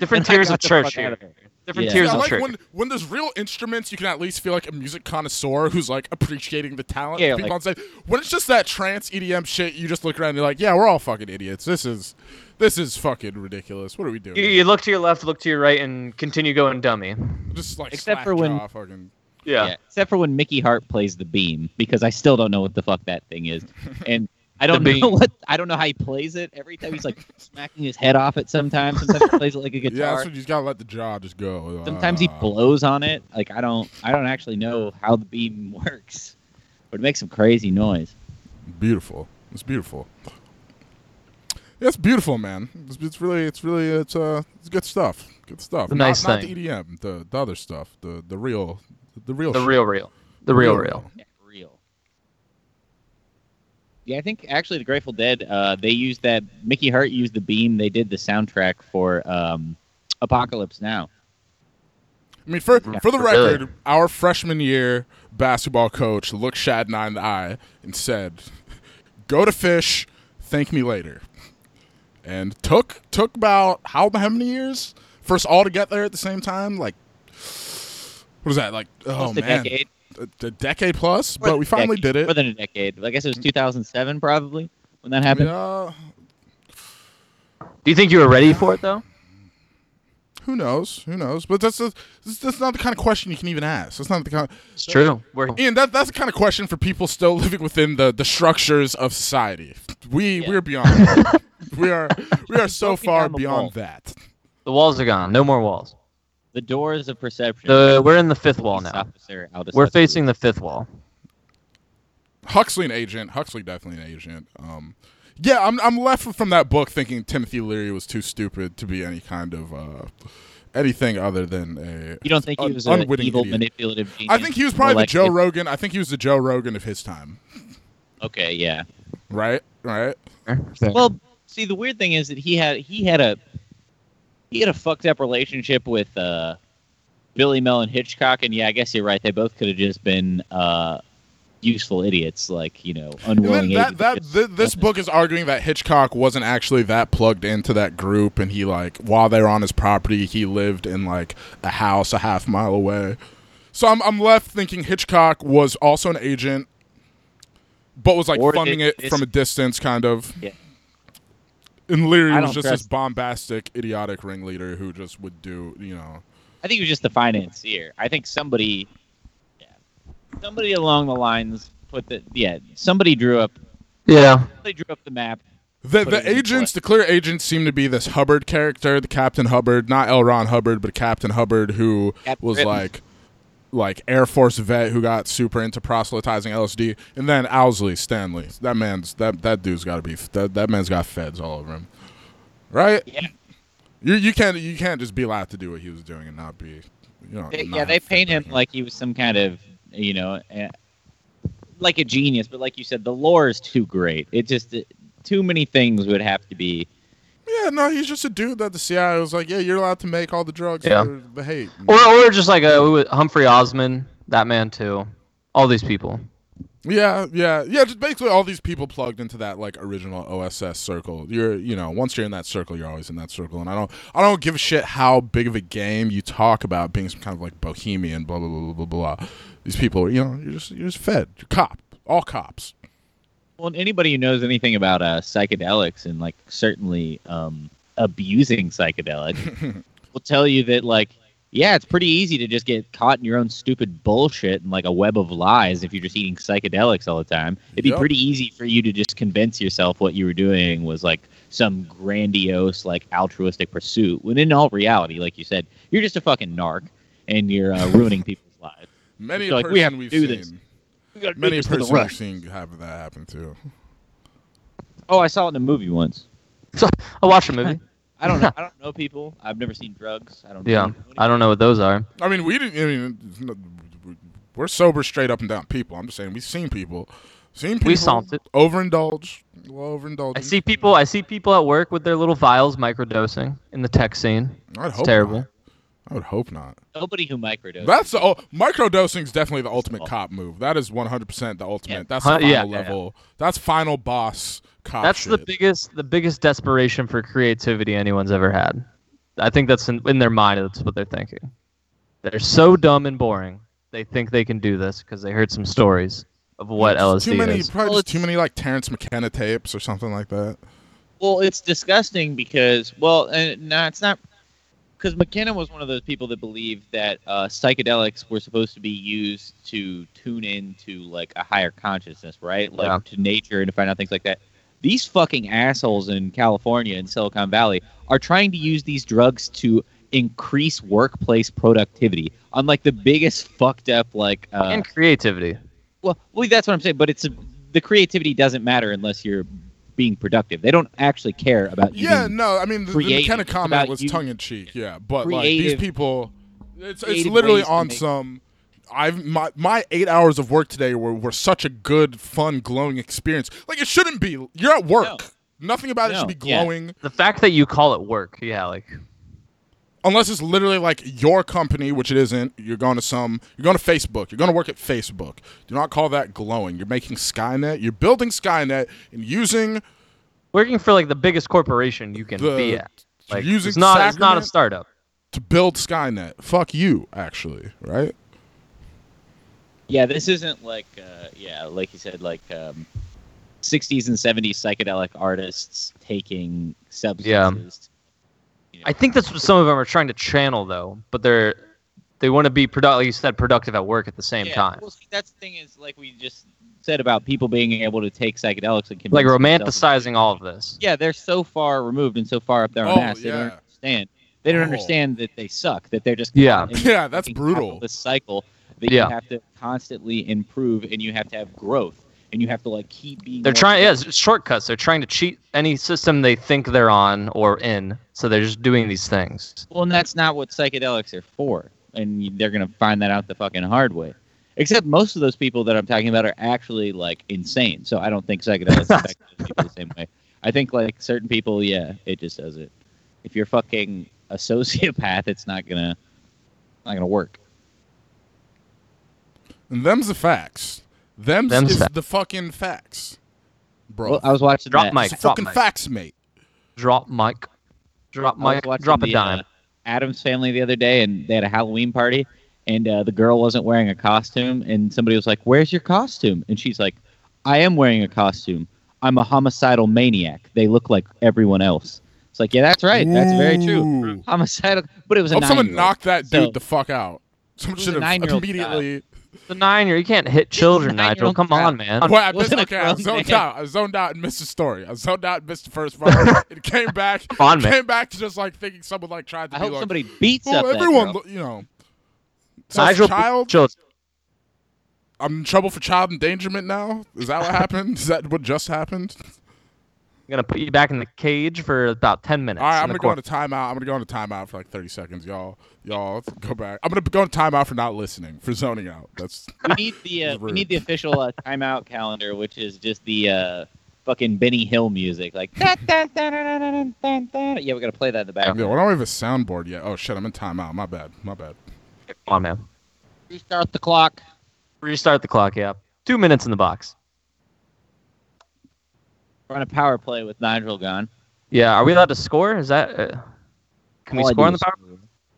S6: Different
S5: And I
S6: tiers
S5: got
S6: of
S5: the
S6: church
S5: fuck out
S6: here.
S5: of there.
S6: Different
S5: Yeah.
S4: Yeah,
S6: tiers
S4: I
S6: of
S4: like
S6: church.
S4: when when there's real instruments, you can at least feel like a music connoisseur who's like appreciating the talent.
S5: Yeah,
S4: of people
S5: like-
S4: on stage. When it's just that trance EDM shit, you just look around and you're like, yeah, we're all fucking idiots. This is this is fucking ridiculous. What are we doing?
S6: You, you look to your left, look to your right, and continue going dummy.
S4: just like
S5: Except
S4: slack
S5: for when-
S4: jaw fucking.
S6: Yeah.
S5: Yeah, Except for when Mickey Hart plays the beam, because I still don't know what the fuck that thing is, and I don't
S6: The
S5: know
S6: beam.
S5: what I don't know how he plays it. Every time he's like smacking his head off it. Sometimes, sometimes he plays it like a
S4: Yeah,
S5: guitar.
S4: that's what you just gotta let the jaw just go.
S5: sometimes he
S4: Uh,
S5: blows on it. Like I don't I don't actually know how the beam works, but it makes some crazy noise.
S4: beautiful. It's beautiful. Yeah, it's beautiful, man. It's, it's really, it's really, it's uh, it's good stuff. Good stuff.
S6: The
S4: not,
S6: nice
S4: not
S6: thing.
S4: the EDM, the the other stuff, the the real, the real,
S6: The
S4: Oh, shit.
S6: real, real. The real, real.
S5: Yeah, real. Yeah, I think actually the Grateful Dead uh, they used that Mickey Hart used the beam. They did the soundtrack for um, Apocalypse Now.
S4: I mean, for for the
S6: Really?
S4: record, our freshman year basketball coach looked Shadna in the eye and said, "Go to fish, thank me later." And took took about how how many years for us all to get there at the same time? Like, what is that? Like, oh
S5: Almost a
S4: man,
S5: decade.
S4: A, a decade plus.
S5: More
S4: But
S5: than
S4: we
S5: a
S4: finally
S5: decade.
S4: did it.
S5: More than a decade. I guess it was 2007 probably when that
S4: I mean,
S5: happened.
S4: uh,
S6: Do you think you were ready for it though?
S4: who knows? Who knows? But that's, that's that's not the kind of question you can even ask. That's not the kind.
S6: It's true. We're
S4: Ian, that, that's the kind of question for people still living within the, the structures of society. We
S5: Yeah.
S4: we're beyond. that. we are we are so
S5: Poking
S4: far
S5: down the wall.
S4: beyond that.
S6: the walls are gone. No more walls.
S5: The doors of perception.
S6: The we're in the fifth wall
S5: Police
S6: now.
S5: officer Aldous
S6: We're
S5: Huxley.
S6: facing the fifth wall.
S4: Huxley an agent. Huxley definitely an agent. Um, yeah, I'm I'm left from that book thinking Timothy Leary was too stupid to be any kind of uh, anything other than a.
S5: You don't think he was an
S4: unwitting
S5: evil,
S4: idiot.
S5: manipulative genius?
S4: I think he was probably
S5: More
S4: the Joe
S5: likely-
S4: Rogan. I think he was the Joe Rogan of his time.
S5: Okay, yeah.
S4: Right. Right.
S5: Well, see, the weird thing is that he had he had a he had a fucked up relationship with uh, Billy Mel and Hitchcock, and yeah, I guess you're right. They both could have just been uh, useful idiots, like you know,
S4: And then
S5: unwilling.
S4: that
S5: agents
S4: that
S5: just-
S4: th- this book is arguing that Hitchcock wasn't actually that plugged into that group, and he like while they were on his property, he lived in like a house a half mile away. So I'm I'm left thinking Hitchcock was also an agent, but was like
S5: Or
S4: funding
S5: did
S4: it from a distance, kind of.
S5: Yeah.
S4: And Leary
S5: I
S4: was
S5: don't
S4: just
S5: trust-
S4: this bombastic, idiotic ringleader who just would do you know.
S5: I think he was just the financier. I think somebody, yeah, somebody along the lines put the yeah, somebody drew up,
S6: Yeah.
S5: somebody drew up the map.
S4: The,
S5: Put
S4: the
S5: it in the
S4: agents, the clear agents, seem to be this Hubbard character, the Captain Hubbard, not L. Ron Hubbard, but Captain Hubbard, who
S5: Captain
S4: was
S5: Britain.
S4: like, like Air Force vet who got super into proselytizing LSD, and then Owsley Stanley. That man's that that dude's got to be that, that man's got feds all over him, right?
S5: Yeah.
S4: You you can't you can't just be allowed to do what he was doing and not be, you know.
S5: They,
S4: not
S5: yeah, they
S4: have feds
S5: paint him
S4: breaking.
S5: like he was some kind of, you know, eh, like a genius. But like you said, the lore is too great. It just it- too many things would have to be.
S4: Yeah, no, he's just a dude that the CIA was like, yeah, you're allowed to make all the drugs
S6: Yeah.
S4: for the hate.
S6: Or or just like uh, who- Humphrey Osmond, that man too. All these people.
S4: Yeah, yeah, yeah. Just basically all these people plugged into that like original OSS circle. You're, you know, once you're in that circle, you're always in that circle. And I don't, I don't give a shit how big of a game you talk about being some kind of like bohemian, blah blah blah blah blah blah. These people, you know, you're just, you're just fed. You're cop, all cops.
S5: Well, anybody who knows anything about uh, psychedelics and like certainly um, abusing psychedelics will tell you that like. Yeah, it's pretty easy to just get caught in your own stupid bullshit and like a web of lies if you're just eating psychedelics all the time. It'd be
S4: Yup.
S5: pretty easy for you to just convince yourself what you were doing was like some grandiose, like altruistic pursuit. When in all reality, like you said, you're just a fucking narc and you're uh, ruining people's lives.
S4: Many
S5: Like,
S4: person
S5: we have to
S4: we've
S5: do
S4: seen,
S5: this. We gotta do
S4: many
S5: this for the
S4: person we've
S5: rush.
S4: seen have that happen too.
S5: Oh, I saw it in a movie once.
S6: So I watched a movie.
S5: I don't know. I don't know people. I've never seen drugs. I don't.
S6: Yeah.
S5: know
S6: I don't know what those are.
S4: I mean, we didn't. I mean, we're sober, straight up and down people. I'm just saying, we've seen people, seen people
S6: We solved it.
S4: overindulge, overindulge.
S6: I see people. I see people at work with their little vials microdosing in the tech scene.
S4: I'd
S6: It's
S4: hope
S6: terrible.
S4: not. I would hope not.
S5: Nobody who microdoses.
S4: That's the ul- microdosing is definitely the ultimate cop move. That is 100% the ultimate.
S5: Yeah.
S4: That's the
S6: Huh,
S4: final
S6: yeah, yeah, yeah.
S4: level. That's final boss cop
S6: That's the
S4: shit.
S6: biggest. The biggest desperation for creativity anyone's ever had. I think that's in, in their mind. That's what they're thinking. They're so dumb and boring. They think they can do this because they heard some stories of what
S4: It's
S6: LSD
S4: Too many,
S6: is.
S4: probably
S5: Well,
S4: just too
S5: it's-
S4: many like Terrence McKenna tapes or something like that.
S5: Well, it's disgusting because well, and no, it's not because McKenna was one of those people that believed that uh, psychedelics were supposed to be used to tune in to like a higher consciousness, right? Like
S6: Yeah.
S5: to nature and to find out things like that. These fucking assholes in California and Silicon Valley are trying to use these drugs to increase workplace productivity on like the biggest fucked up like uh,
S6: and creativity.
S5: well, well, that's what I'm saying. But it's the creativity doesn't matter unless you're being productive. They don't actually care about you.
S4: Yeah,
S5: being-
S4: no, I mean the, the
S5: creative.
S4: McKenna
S5: It's
S4: comment
S5: about
S4: was
S5: you-
S4: tongue in cheek. Yeah, but like these
S5: Creative-
S4: people, it's it's
S5: creative
S4: literally
S5: ways to
S4: on
S5: make-
S4: some. I've my my eight hours of work today were were such a good, fun, glowing experience. Like it shouldn't be. You're at work. Nothing about it
S5: No,
S4: should be
S5: yeah.
S4: glowing.
S6: The fact that you call it work. Yeah, like
S4: unless it's literally like your company, which it isn't. You're going to some. You're going to Facebook. You're going to work at Facebook. Do not call that glowing. You're making Skynet. You're building Skynet and using
S6: Working for like the biggest corporation you can
S4: The-
S6: be at. Like
S4: using
S6: it's not it's not a
S4: Sacrament-
S6: startup.
S4: to build Skynet. Fuck you, actually, right?
S5: Yeah, this isn't like uh, yeah, like you said, like um, 60s and 70s psychedelic artists taking substances. you know.
S6: I think that's what some of them are trying to channel though, but they're they want to be productive like you said productive at work at the same
S5: Yeah,
S6: time.
S5: Well, see, that's the thing is like we just said about people being able to take psychedelics and
S6: Like
S5: convince themselves of-
S6: romanticizing all of this.
S5: Yeah, they're so far removed and so far up their own
S4: Oh,
S5: ass. They
S4: yeah.
S5: don't understand. They don't
S4: Oh.
S5: understand that they suck. That they're just
S6: Yeah.
S5: in
S4: Yeah, that's
S5: fucking
S4: brutal.
S5: capitalist cycle that
S6: Yeah.
S5: you have to constantly improve and you have to have growth and you have to like keep being.
S6: They're
S5: more
S6: trying yeah, it's shortcuts. They're trying to cheat any system they think they're on or in. So they're just doing these things.
S5: Well, and that's not what psychedelics are for, and you- they're gonna find that out the fucking hard way. Except most of those people that I'm talking about are actually like insane, so I don't think psychedelics affect those people the same way. I think like certain people, yeah, it just does it. If you're fucking a sociopath, it's not gonna not gonna work.
S4: And them's the facts. Them's,
S6: Them's
S4: is
S6: fa-
S4: the fucking facts, bro.
S5: Well, I was watching
S6: Drop
S5: that.
S4: it's
S6: mic.
S4: the
S6: drop
S4: fucking
S6: mic.
S4: facts, mate.
S6: Drop mic. Drop
S5: I was
S6: mic.
S5: watching
S6: Drop a
S5: the,
S6: dime.
S5: uh, Adam's family the other day, and they had a Halloween party, and uh, the girl wasn't wearing a costume, and somebody was like, "Where's your costume?" And she's like, "I am wearing a costume. I'm a homicidal maniac. They look like everyone else." It's like, yeah, that's right. That's very
S4: Ooh.
S5: true. Homicidal, but it was a
S4: Hope someone
S5: nine-year-old.
S4: knocked that
S5: So-
S4: dude the fuck out. Someone
S5: was
S4: should
S5: a
S4: have
S5: nine-year-old
S4: immediately.
S6: the nine year you can't hit children, Nigel.
S5: nine-year-old
S6: Come
S5: child.
S6: on, man.
S4: Well, I missed,
S5: Wasn't a
S4: okay, I
S5: grown
S4: zoned
S5: man.
S4: out. I zoned out and missed the story. I zoned out and missed the first part. it came back.
S6: Come on,
S4: it
S6: man.
S4: came back to just like thinking someone like tried to
S5: I
S4: be
S5: hope
S4: like,
S5: somebody beats
S4: "Oh,
S5: up that
S4: everyone,
S5: girl.
S4: lo- you know. So it's
S6: Nigel
S4: child,
S6: children.
S4: I'm in trouble for child endangerment now. Is that what happened? Is that what just happened?
S6: I'm gonna put you back in the cage for about ten minutes.
S4: All right,
S6: in
S4: I'm
S6: the
S4: gonna go
S6: court.
S4: into timeout. I'm gonna go into timeout for like 30 seconds, y'all. Y'all go back. I'm gonna go into timeout for not listening, for zoning out. That's
S5: we need the uh,
S4: Rude.
S5: we need the official uh, timeout calendar, which is just the uh, fucking Benny Hill music, like. dun, dun, dun, dun, dun, dun, dun, dun. Yeah, we gotta play that in the background.
S4: yeah. We don't have a soundboard yet. Oh shit, I'm in timeout. My bad. My bad.
S6: Come on, man.
S5: Restart the clock.
S6: Restart the clock. Yeah, two minutes in the box.
S5: We're on a power play with Nigel gone.
S6: Yeah, are we allowed to score? Is that? Uh, can we
S5: All I
S6: score
S5: do
S6: on the
S5: is-
S6: power?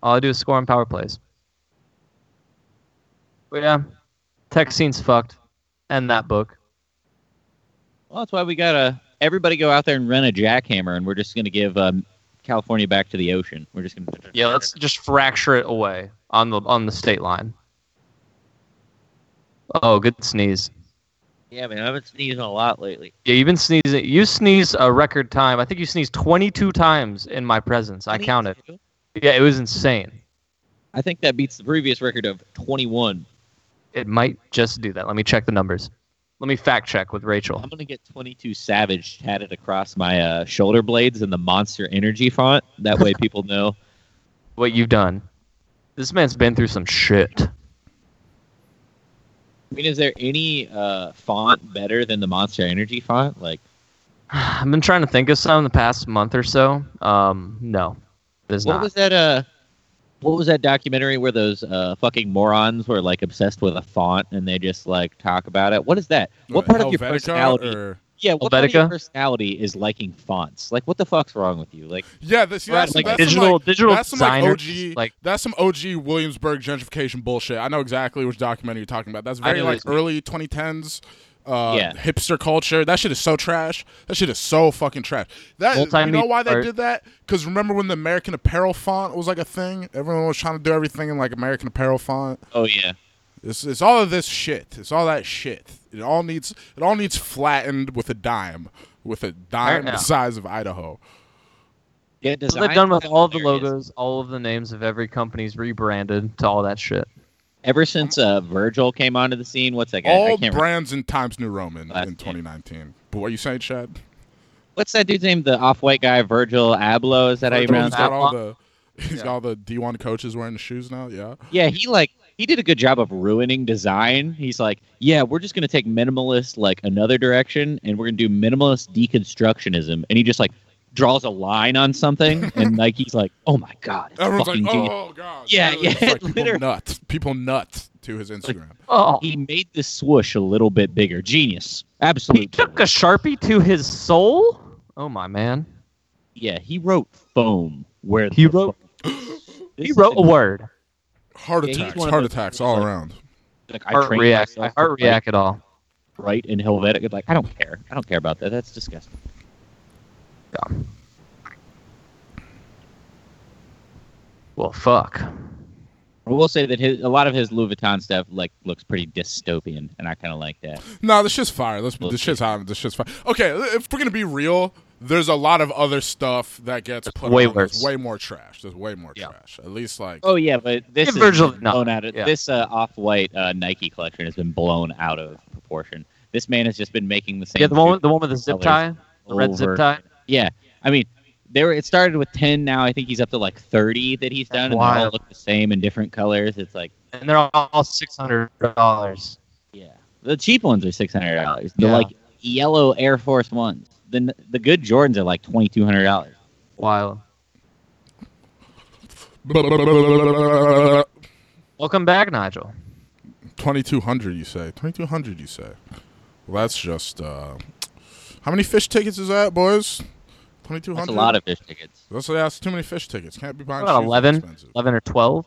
S6: All I do is score on power plays. But yeah, tech scene's fucked. End that book.
S5: Well, that's why we gotta everybody go out there and rent a jackhammer, and we're just gonna give um, California back to the ocean. We're just gonna
S6: Yeah, let's just fracture it away on the on the state line. Oh, good sneeze.
S5: yeah, man. I've been sneezing a lot lately.
S6: Yeah, you've been sneezing. You sneeze a record time. I think you sneezed 22 times in my presence. I counted. Yeah, it was insane.
S5: I think that beats the previous record of 21.
S6: It might just do that. Let me check the numbers. Let me fact check with Rachel.
S5: I'm gonna get 22 Savage tatted across my uh, shoulder blades in the Monster Energy font. That way, people know.
S6: What you've done. This man's been through some shit.
S5: I mean, is there any uh, font better than the Monster Energy font? Like,
S6: I've been trying to think of some the past month or so. Um, no, there's
S5: What
S6: not.
S5: was that? Uh, what was that documentary where those uh, fucking morons were like obsessed with a font and they just like talk about it? What is that? What part of your
S4: Helvetica
S5: personality?
S4: or-
S5: Yeah, what part of your
S6: Helvetica?
S5: personality is liking fonts? Like, what the fuck's wrong with you? Like,
S4: Yeah, this, yeah,
S5: Right,
S4: that's,
S5: like
S4: that's
S6: digital
S4: some, like,
S6: digital
S4: that's some, like,
S6: designers,
S4: OG
S6: like-
S4: that's some OG Williamsburg gentrification bullshit. I know exactly which documentary you're talking about. That's
S6: I
S4: very
S6: know
S4: like
S6: this-
S4: early 2010s uh,
S5: Yeah.
S4: hipster culture. That shit is so trash. That shit is so fucking trash. That you know
S6: Multimedia
S4: why they
S6: art.
S4: did that? Because remember when the American Apparel font was like a thing? Everyone was trying to do everything in like American Apparel font.
S5: oh yeah,
S4: It's, it's all of this shit. It's all that shit. It all needs it all needs flattened with a dime, with a dime
S6: now.
S4: the size of Idaho.
S5: yeah.
S6: So they've done with
S5: design-
S6: all of the
S5: hilarious.
S6: logos, all of the names of every company's rebranded to all that shit.
S5: Ever since uh, Virgil came onto the scene, what's that guy? I
S4: all
S5: can't remember.
S4: brands in Times New Roman
S5: Last
S4: in
S5: name.
S4: 2019. But what are you saying, Chad?
S5: What's that dude's name? The off-white guy, Virgil Abloh. Is that how you
S4: He's
S5: pronounce
S4: got
S5: it?
S4: all the he's
S6: Yeah.
S4: got all the D1 coaches wearing the shoes now. Yeah,
S5: Yeah, he like he did a good job of ruining design. He's like, yeah, we're just gonna take minimalist like another direction, and we're gonna do minimalist deconstructionism, and he just like draws a line on something, and Nike's like, "Oh my god, it's
S4: Everyone's like,
S5: fucking genius."
S4: oh god.
S5: Yeah,
S4: It's
S5: yeah,
S4: like people
S5: literally.
S4: nuts. People nuts to his Instagram.
S6: Oh,
S5: He made the swoosh a little bit bigger. Genius,
S6: he
S5: absolute.
S6: took a
S5: genius.
S6: sharpie to his soul. Oh my man,
S5: yeah, he wrote foam. Where
S6: He
S5: the
S6: wrote-
S5: foam- This
S6: he
S5: is
S6: wrote a
S5: an-
S6: word.
S4: heart
S5: Yeah, he's
S4: attacks,
S5: one of
S4: heart
S5: those
S4: attacks
S5: people
S4: all
S5: that's like-
S4: around.
S5: Like, I
S6: Heart
S5: trained
S6: react. I
S5: myself
S6: heart
S5: to write
S6: react at all.
S5: right in Helvetic. It's Like I don't care. I don't care about that. That's disgusting.
S6: Well, fuck.
S5: I will say that his, a lot of his Louis Vuitton stuff like looks pretty dystopian, and I kind of like that.
S4: No, this shit's fire. Let's
S5: Look,
S4: this shit's hot. This shit's fire. Okay, if we're gonna be real, there's a lot of other stuff that gets put
S6: way
S4: on that's
S6: worse.
S4: way more trash. There's way more
S6: Yeah.
S4: trash. At least like
S5: Oh yeah, but this is
S6: Give Virgil
S5: blown
S6: nothing.
S5: out of
S6: Yeah.
S5: this uh, off-white uh, Nike collection has been blown out of proportion. This man has just been making the same.
S6: Yeah, the one,
S5: shoe
S6: the one with the zip tie,
S5: Colors
S6: the red
S5: over-
S6: zip tie.
S5: Yeah, I mean, there it started with ten. Now I think he's up to like thirty that he's done, and they all
S6: Wild.
S5: look the same in different colors. It's like
S6: and they're all, all six hundred dollars.
S5: yeah, the cheap ones are six hundred dollars. The
S6: Yeah.
S5: like yellow Air Force ones. Then the good Jordans are like twenty two hundred dollars.
S6: Wild. Welcome back, Nigel.
S4: twenty two hundred, you say. Twenty two hundred, you say. Well, that's just uh, how many fish tickets is that, boys? Twenty two
S5: That's
S4: hundred.
S5: a lot of fish tickets.
S4: That's, that's too many fish tickets. Can't be buying
S6: About
S4: shoes that
S6: 11,
S4: expensive.
S6: 11 or twelve.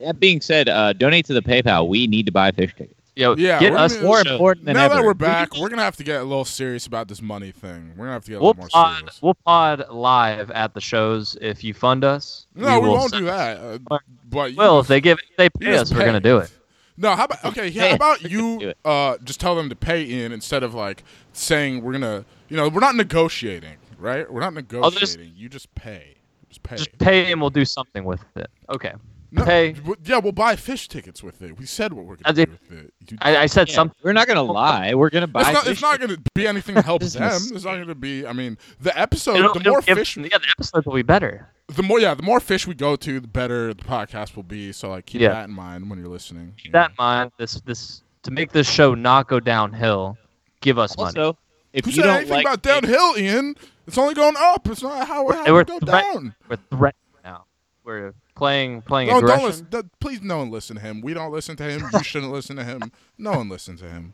S5: That being said, uh, donate to the PayPal. We need to buy fish tickets.
S6: Yo,
S4: Yeah,
S6: get
S4: we're
S6: us
S4: gonna-
S5: More
S4: So,
S5: important than
S4: now
S5: ever.
S4: that we're back, we're gonna have to get a little serious about this money thing. We're gonna have to get a
S6: We'll
S4: little more
S6: pod,
S4: serious.
S6: we'll pod live at the shows if you fund us.
S4: No, we,
S6: will
S4: won't
S6: send-
S4: do that. Uh,
S6: Or-
S4: but you
S6: Well, if they give, if they
S4: you
S6: pay
S4: just
S6: us, we're
S4: pay.
S6: gonna do it.
S4: No, how about okay?
S5: Hey,
S4: How about
S5: we're gonna do
S4: you
S5: it.
S4: uh, just tell them to pay in instead of like saying we're gonna, you know, we're not negotiating, right? We're not negotiating. you just pay. Just pay.
S6: Just pay and we'll do something with it. Okay.
S4: No,
S6: pay.
S4: w- Yeah, we'll buy fish tickets with it. We said what we're gonna
S6: That's
S4: do with it. You-
S6: I, I said
S5: Yeah,
S6: something.
S5: We're not gonna lie. We're gonna buy.
S4: it's not.
S5: fish
S4: It's not
S5: tickets.
S4: gonna be anything to help them.
S5: Business.
S4: It's not gonna be. I mean, the episode.
S6: It'll-
S4: the
S6: it'll
S4: more
S6: give-
S4: fish.
S6: yeah, the episode will be better.
S4: The more. Yeah, the more fish we go to, the better the podcast will be. So like, keep
S6: Yeah.
S4: that in mind when you're listening. you
S6: Keep
S4: know?
S6: that in mind. This this to make this show not go downhill. Give us money.
S5: Also, if
S4: Who
S5: you
S4: said
S5: don't
S4: anything
S5: like,
S4: about downhill, Ian? It's only going up. It's not how, how
S6: They were
S4: we go
S6: threat-
S4: down.
S6: We're threatened now. We're playing playing
S4: No,
S6: aggression.
S4: don't listen. th- please, no one listen to him. We don't listen to him. You shouldn't listen to him. No one listen to him.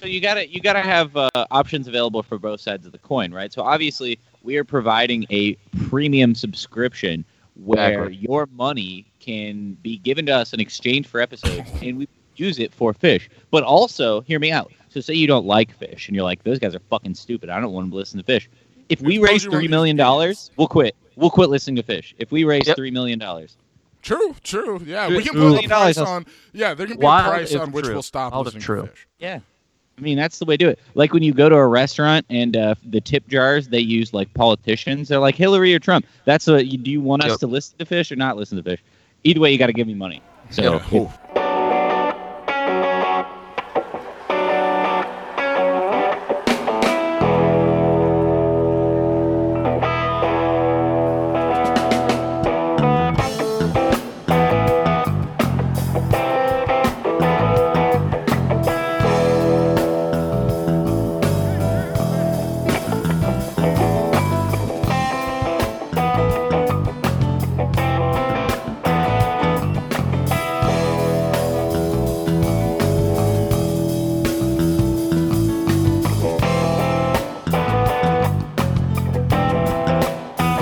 S5: so you gotta you gotta have uh, options available for both sides of the coin, right? So obviously, we are providing a premium subscription where
S6: Exactly.
S5: your money can be given to us in exchange for episodes, and we use it for fish. But also, hear me out. So say you don't like fish, and you're like, those guys are fucking stupid. I don't want to listen to fish. If
S4: We
S5: we
S4: told
S5: raise
S4: you we're
S5: three
S4: these
S5: million dollars, we'll quit. We'll quit listening to fish. If we raise
S6: Yep.
S5: three million dollars.
S4: True, true. Yeah,
S5: Dude,
S4: we can
S5: million
S4: put a price
S5: dollars is-
S4: on. Yeah, there can be
S6: Wild
S4: a price
S6: is
S4: on which
S6: true.
S4: we'll stop
S6: Wild is
S4: listening
S6: true.
S4: to fish.
S5: Yeah. I mean, that's the way to do it. Like when you go to a restaurant and uh, the tip jars, they use like politicians. They're like Hillary or Trump. That's what you do. You want us
S6: Yep.
S5: to listen to fish or not listen to fish? Either way, you got to give me money. So
S6: Yep.
S5: if-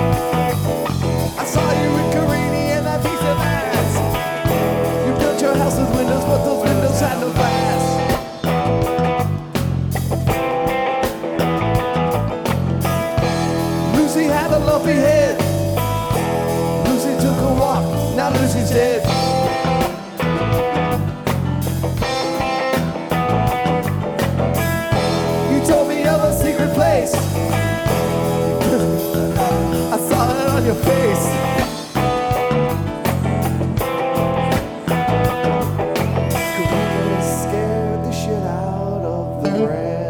S7: I saw you with Carini and that piece of ass. You built your house with windows, but those windows had no glass. Lucy had a lumpy head. Lucy took a walk, now Lucy's dead. You told me of a secret place. I saw it on your face. Gorilla scared the shit out of the brand.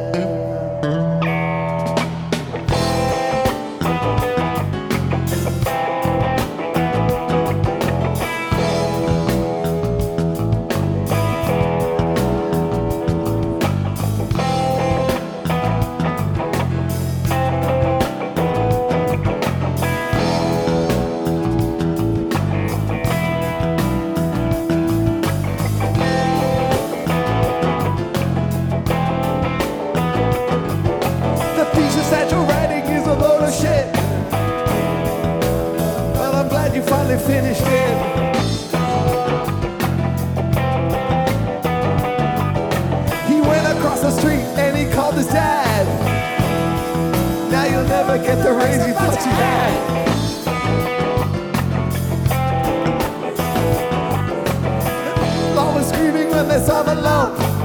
S7: is dead. Now you'll never get the raise you thought you had. Law was screaming when they saw the lump.